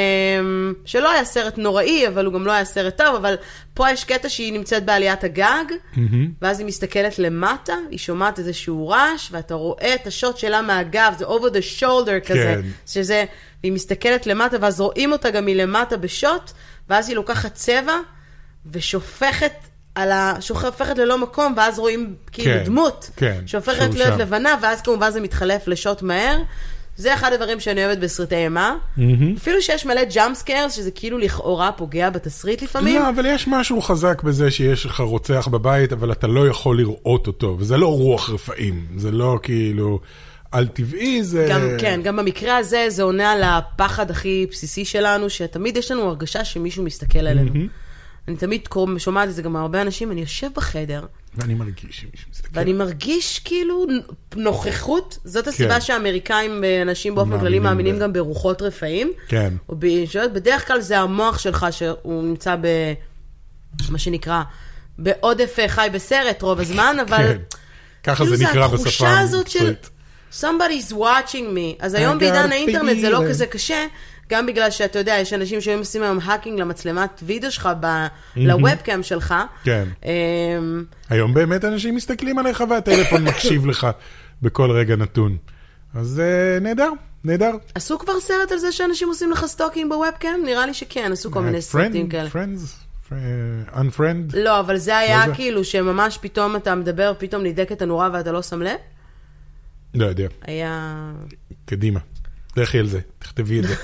S2: שלא היה סרט נוראי, אבל הוא גם לא היה סרט טוב, אבל פה יש קטע שהיא נמצאת בעליית הגג, ואז היא מסתכלת למטה, היא שומעת איזשהו רעש, ואתה רואה את השוט שלה מהגב, זה over the shoulder כזה,
S1: כן.
S2: שזה, והיא מסתכלת למטה, ואז רואים אותה גם מלמטה בשוט, ואז היא לוקחת צבע, ושופכת. על ה... שהופכת ללא מקום, ואז רואים כאילו
S1: כן,
S2: דמות,
S1: כן,
S2: שהופכת
S1: שהוא
S2: להיות
S1: שם.
S2: לבנה, ואז כמובן זה מתחלף לשוט מהר. זה אחד הדברים שאני אוהבת בסרטי אימה. אפילו שיש מלא ג'אמפ סקיירס, שזה כאילו לכאורה פוגע בתסריט לפעמים.
S1: לא, אבל יש משהו חזק בזה שיש לך רוצח בבית, אבל אתה לא יכול לראות אותו, וזה לא רוח רפאים, זה לא כאילו על טבעי, זה...
S2: גם, כן, גם במקרה הזה זה עונה על הפחד הכי בסיסי שלנו, שתמיד יש לנו הרגשה שמישהו מסתכל עלינו. אני תמיד קור- שומעת את זה גם מהרבה אנשים, אני יושב בחדר,
S1: ואני מרגיש שמישהו מסתכל.
S2: ואני מרגיש כאילו נ- נוכחות, זאת הסיבה
S1: כן.
S2: שהאמריקאים ואנשים באופן כללי
S1: מאמינים
S2: מאמינים
S1: ב-
S2: גם ברוחות רפאים.
S1: כן.
S2: או באינשויות, בדרך כלל זה המוח שלך שהוא נמצא ב... מה שנקרא, בעודף אה, חי בסרט רוב הזמן, אבל... כאילו
S1: כן. ככה זה נקרא בשפה
S2: התחושה הזאת של
S1: המקצועית.
S2: somebody's watching me. אז היום
S1: got
S2: בעידן
S1: a
S2: האינטרנט זה לא
S1: feeling.
S2: כזה קשה, גם בגלל שאתה יודע, יש אנשים שהיום עושים היום האקינג למצלמת וידאו שלך, ב... לוובקאם שלך.
S1: כן.
S2: אמ,
S1: היום באמת אנשים מסתכלים עליך והטלפון מקשיב לך בכל רגע נתון. אז אה, נהדר, נהדר.
S2: עשו כבר סרט על זה שאנשים עושים לך סטוקינג בוובקאם? נראה לי שכן, עשו
S1: אה,
S2: כל מיני סרטים כאלה.
S1: פרנדס, uh, unfriend.
S2: לא, אבל זה היה
S1: מה זה?
S2: כאילו שממש פתאום אתה מדבר, פתאום נדלקת הנורה ואתה לא שם לב.
S1: לא יודע,
S2: היה...
S1: קדימה. לכי על זה, תכתבי את זה.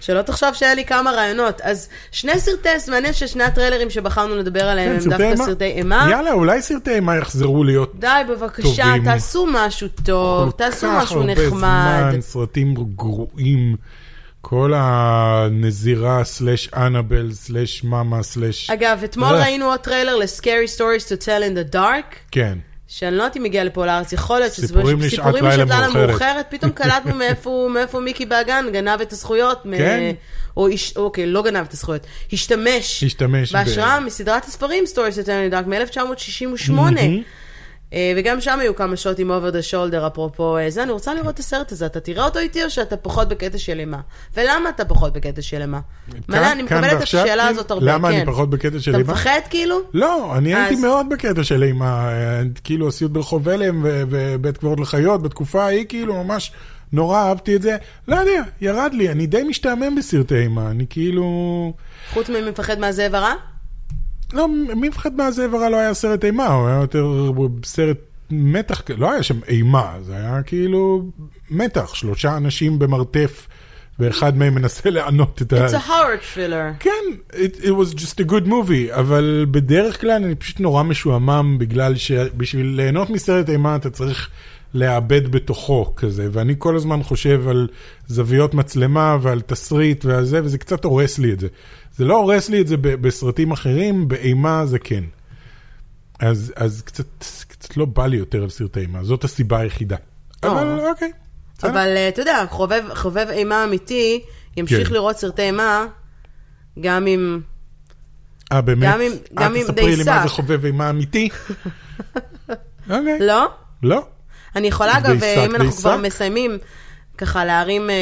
S2: שלא תחשוב שהיה לי כמה רעיונות. אז שני סרטי, זה מעניין ששני הטריילרים שבחרנו לדבר עליהם
S1: כן,
S2: הם
S1: סרטי
S2: דווקא סרטי אימה.
S1: יאללה, אולי סרטי אימה יחזרו להיות
S2: די, בבקשה,
S1: טובים.
S2: תעשו משהו טוב,
S1: כל
S2: תעשו
S1: כך
S2: משהו
S1: הרבה
S2: נחמד.
S1: זמן, סרטים גרועים. כל הנזירה, סלאש אנאבל, סלאש מאמה, סלאש...
S2: אגב, אתמול
S1: אה.
S2: ראינו עוד טריילר ל-Scary Stories to Tell in the Dark,
S1: כן.
S2: שאני לא יודעת אם הגיע לפה לארץ, יכול להיות שזה
S1: סיפורים
S2: פשוט
S1: לשעת לילה מאוחרת.
S2: פתאום קלטנו מאיפה מאיפה מיקי באגן גנב את הזכויות. מ-
S1: כן.
S2: או איש- אוקיי, לא גנב את הזכויות, השתמש.
S1: השתמש ב-
S2: בהשראה מסדרת הספרים Stories to Tell in the Dark מ-1968. אה, וגם שם היו כמה שוטים over the shoulder, אפרופו אה, זה, אני רוצה לראות את הסרט הזה, אתה תראה אותו איתי או שאתה פחות בקטע של אימה? ולמה אתה פחות בקטע של אימה? מלא,
S1: כאן-
S2: אני
S1: כאן
S2: מקבלת את
S1: ועכשיו,
S2: השאלה
S1: כן?
S2: הזאת הרבה,
S1: למה אני
S2: כן.
S1: פחות בקטע של
S2: אתה
S1: אימה?
S2: מפחד כאילו?
S1: לא, אני
S2: אז-
S1: הייתי מאוד בקטע של אימה, אה, כאילו הסיוט ברחוב הלם ו- ובית קברות לחיות, בתקופה ההיא כאילו ממש נורא אהבתי את זה, לא יודע, ירד לי, אני די משתעמם בסרטי אימה, אני כאילו...
S2: חוץ ממפחד מהזאב הרע?
S1: לא, מי מפחד מהזאב הרע לא היה סרט אימה, הוא היה יותר סרט מתח, לא היה שם אימה, זה היה כאילו מתח, שלושה אנשים במרתף, ואחד מהם מנסה לענות את ה...
S2: It's a horror thriller.
S1: כן, it, it was just a good movie, אבל בדרך כלל אני פשוט נורא משועמם, בגלל שבשביל ליהנות מסרט אימה אתה צריך לאבד בתוכו כזה, ואני כל הזמן חושב על זוויות מצלמה ועל תסריט ועל זה, וזה קצת הורס לי את זה. זה לא הורס לי את זה ב- בסרטים אחרים, באימה זה כן. אז, אז קצת, קצת לא בא לי יותר על סרטי אימה, זאת הסיבה היחידה.
S2: אה.
S1: אבל אוקיי. בסדר.
S2: אבל אה, אתה יודע, חובב- חובב אימה אמיתי ימשיך
S1: כן.
S2: לראות סרטי אימה גם אם...
S1: אה, באמת?
S2: גם אם-
S1: אה,
S2: גם אם
S1: תספרי
S2: די
S1: לי מה זה
S2: שק.
S1: חובב אימה אמיתי? אוקיי.
S2: לא?
S1: לא.
S2: אני יכולה אגב, אה,
S1: דייסק,
S2: אם אנחנו כבר
S1: דייסק?
S2: מסיימים, ככה להרים, אה,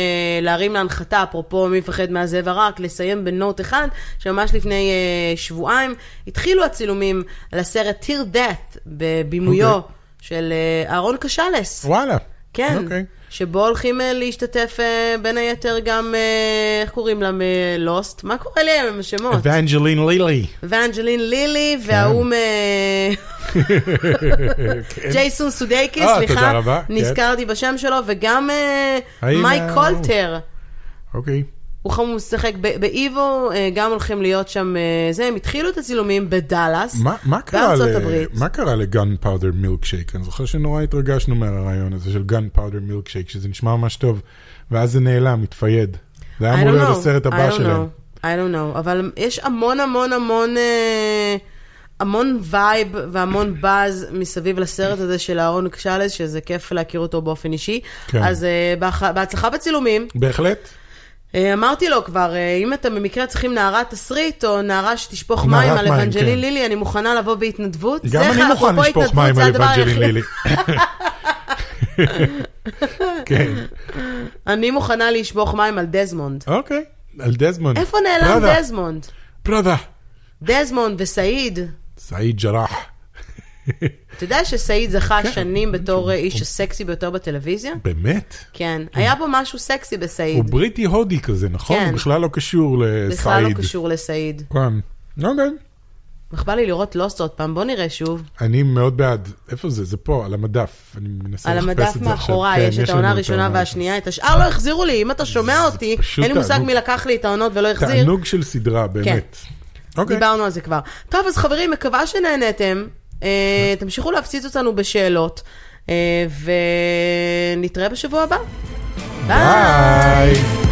S2: להרים להנחתה, אפרופו מי מפחד מהזאב הרק, לסיים בנוט אחד, שממש לפני אה, שבועיים התחילו הצילומים לסרט Tear Death בבימויו
S1: אוקיי.
S2: של אה, אהרון קשלס.
S1: וואלה.
S2: כן,
S1: אוקיי.
S2: שבו הולכים אה, להשתתף אה, בין היתר גם, אה, איך קוראים לה מלוסט? מה קורה להם עם השמות?
S1: אבנג'לין לילי.
S2: ואנג'לין לילי,
S1: כן.
S2: וההוא מ... ג'ייסון סודייקיס,
S1: אה,
S2: סליחה,
S1: תודה רבה, כן.
S2: נזכרתי בשם שלו, וגם אה,
S1: האם
S2: מייק
S1: ה-
S2: קולטר,
S1: אוקיי.
S2: הוא חמור משחק ב- באיבו, אה, גם הולכים להיות שם, אה, זה, הם התחילו את הצילומים בדאלאס,
S1: מה- מה קרה
S2: בארצות
S1: ל-
S2: הברית.
S1: מה קרה לגן פאודר מילקשייק? אני זוכר שנורא התרגשנו מהרעיון הזה של גן פאודר מילקשייק, שזה נשמע ממש טוב, ואז זה נעלם, התפייד. זה
S2: I
S1: היה
S2: don't
S1: אמור להיות
S2: know,
S1: הסרט
S2: I
S1: הבא
S2: don't
S1: שלהם.
S2: know, I don't know, אבל יש המון המון המון... אה, המון וייב והמון באז מסביב לסרט הזה של אהרון קשלס, שזה כיף להכיר אותו באופן אישי.
S1: כן.
S2: אז אה, בהח- בהצלחה בצילומים.
S1: בהחלט.
S2: אה, אמרתי לו כבר, אה, אם אתם במקרה צריכים נערת תסריט, או נערה שתשפוך
S1: נערת
S2: מים על
S1: מים,
S2: אבנג'לין
S1: כן.
S2: לילי, אני מוכנה לבוא בהתנדבות.
S1: גם
S2: זה
S1: אני
S2: אחד-
S1: מוכן
S2: אפרופו
S1: לשפוך
S2: התנדבות,
S1: מים
S2: זה
S1: על
S2: הדבר
S1: אבנג'לין
S2: היחיד.
S1: לילי. כן,
S2: אני מוכנה לשפוך מים על דזמונד.
S1: אוקיי. על דזמונד.
S2: איפה נעלם
S1: פראדה,
S2: דזמונד?
S1: פראדה.
S2: דזמונד וסעיד.
S1: סעיד ג'ראח.
S2: אתה יודע שסעיד זכה
S1: כן.
S2: שנים בתור אה, איש הסקסי ביותר בטלוויזיה?
S1: באמת?
S2: כן. היה בו משהו סקסי
S1: הוא
S2: בסעיד.
S1: בריטי הודי כזה, נכון?
S2: כן.
S1: הוא בכלל לא קשור לסעיד.
S2: בכלל לא קשור לסעיד.
S1: כן. אוקיי.
S2: נכבה לי לראות לוסט עוד פעם, בוא נראה שוב.
S1: אני מאוד בעד. איפה זה? זה פה, על המדף. אני מנסה
S2: על
S1: לחפש את זה
S2: המדף
S1: עכשיו.
S2: מאחוריי,
S1: כן,
S2: יש את
S1: לנו
S2: העונה הראשונה
S1: העונה
S2: והשנייה, את השאר לא החזירו לי, אם אתה שומע אותי,
S1: פשוט
S2: אין לי מושג
S1: תענוג.
S2: מי לקח לי את העונות ולא
S1: הראשונה.
S2: החזיר.
S1: תענוג של סדרה, באמת. אוקיי.
S2: כן. דיברנו על זה כבר. טוב, אז חברים, מקווה שנהנתם. אה, תמשיכו להפציץ אותנו בשאלות, אה, ונתראה בשבוע הבא. ביי!
S1: ביי.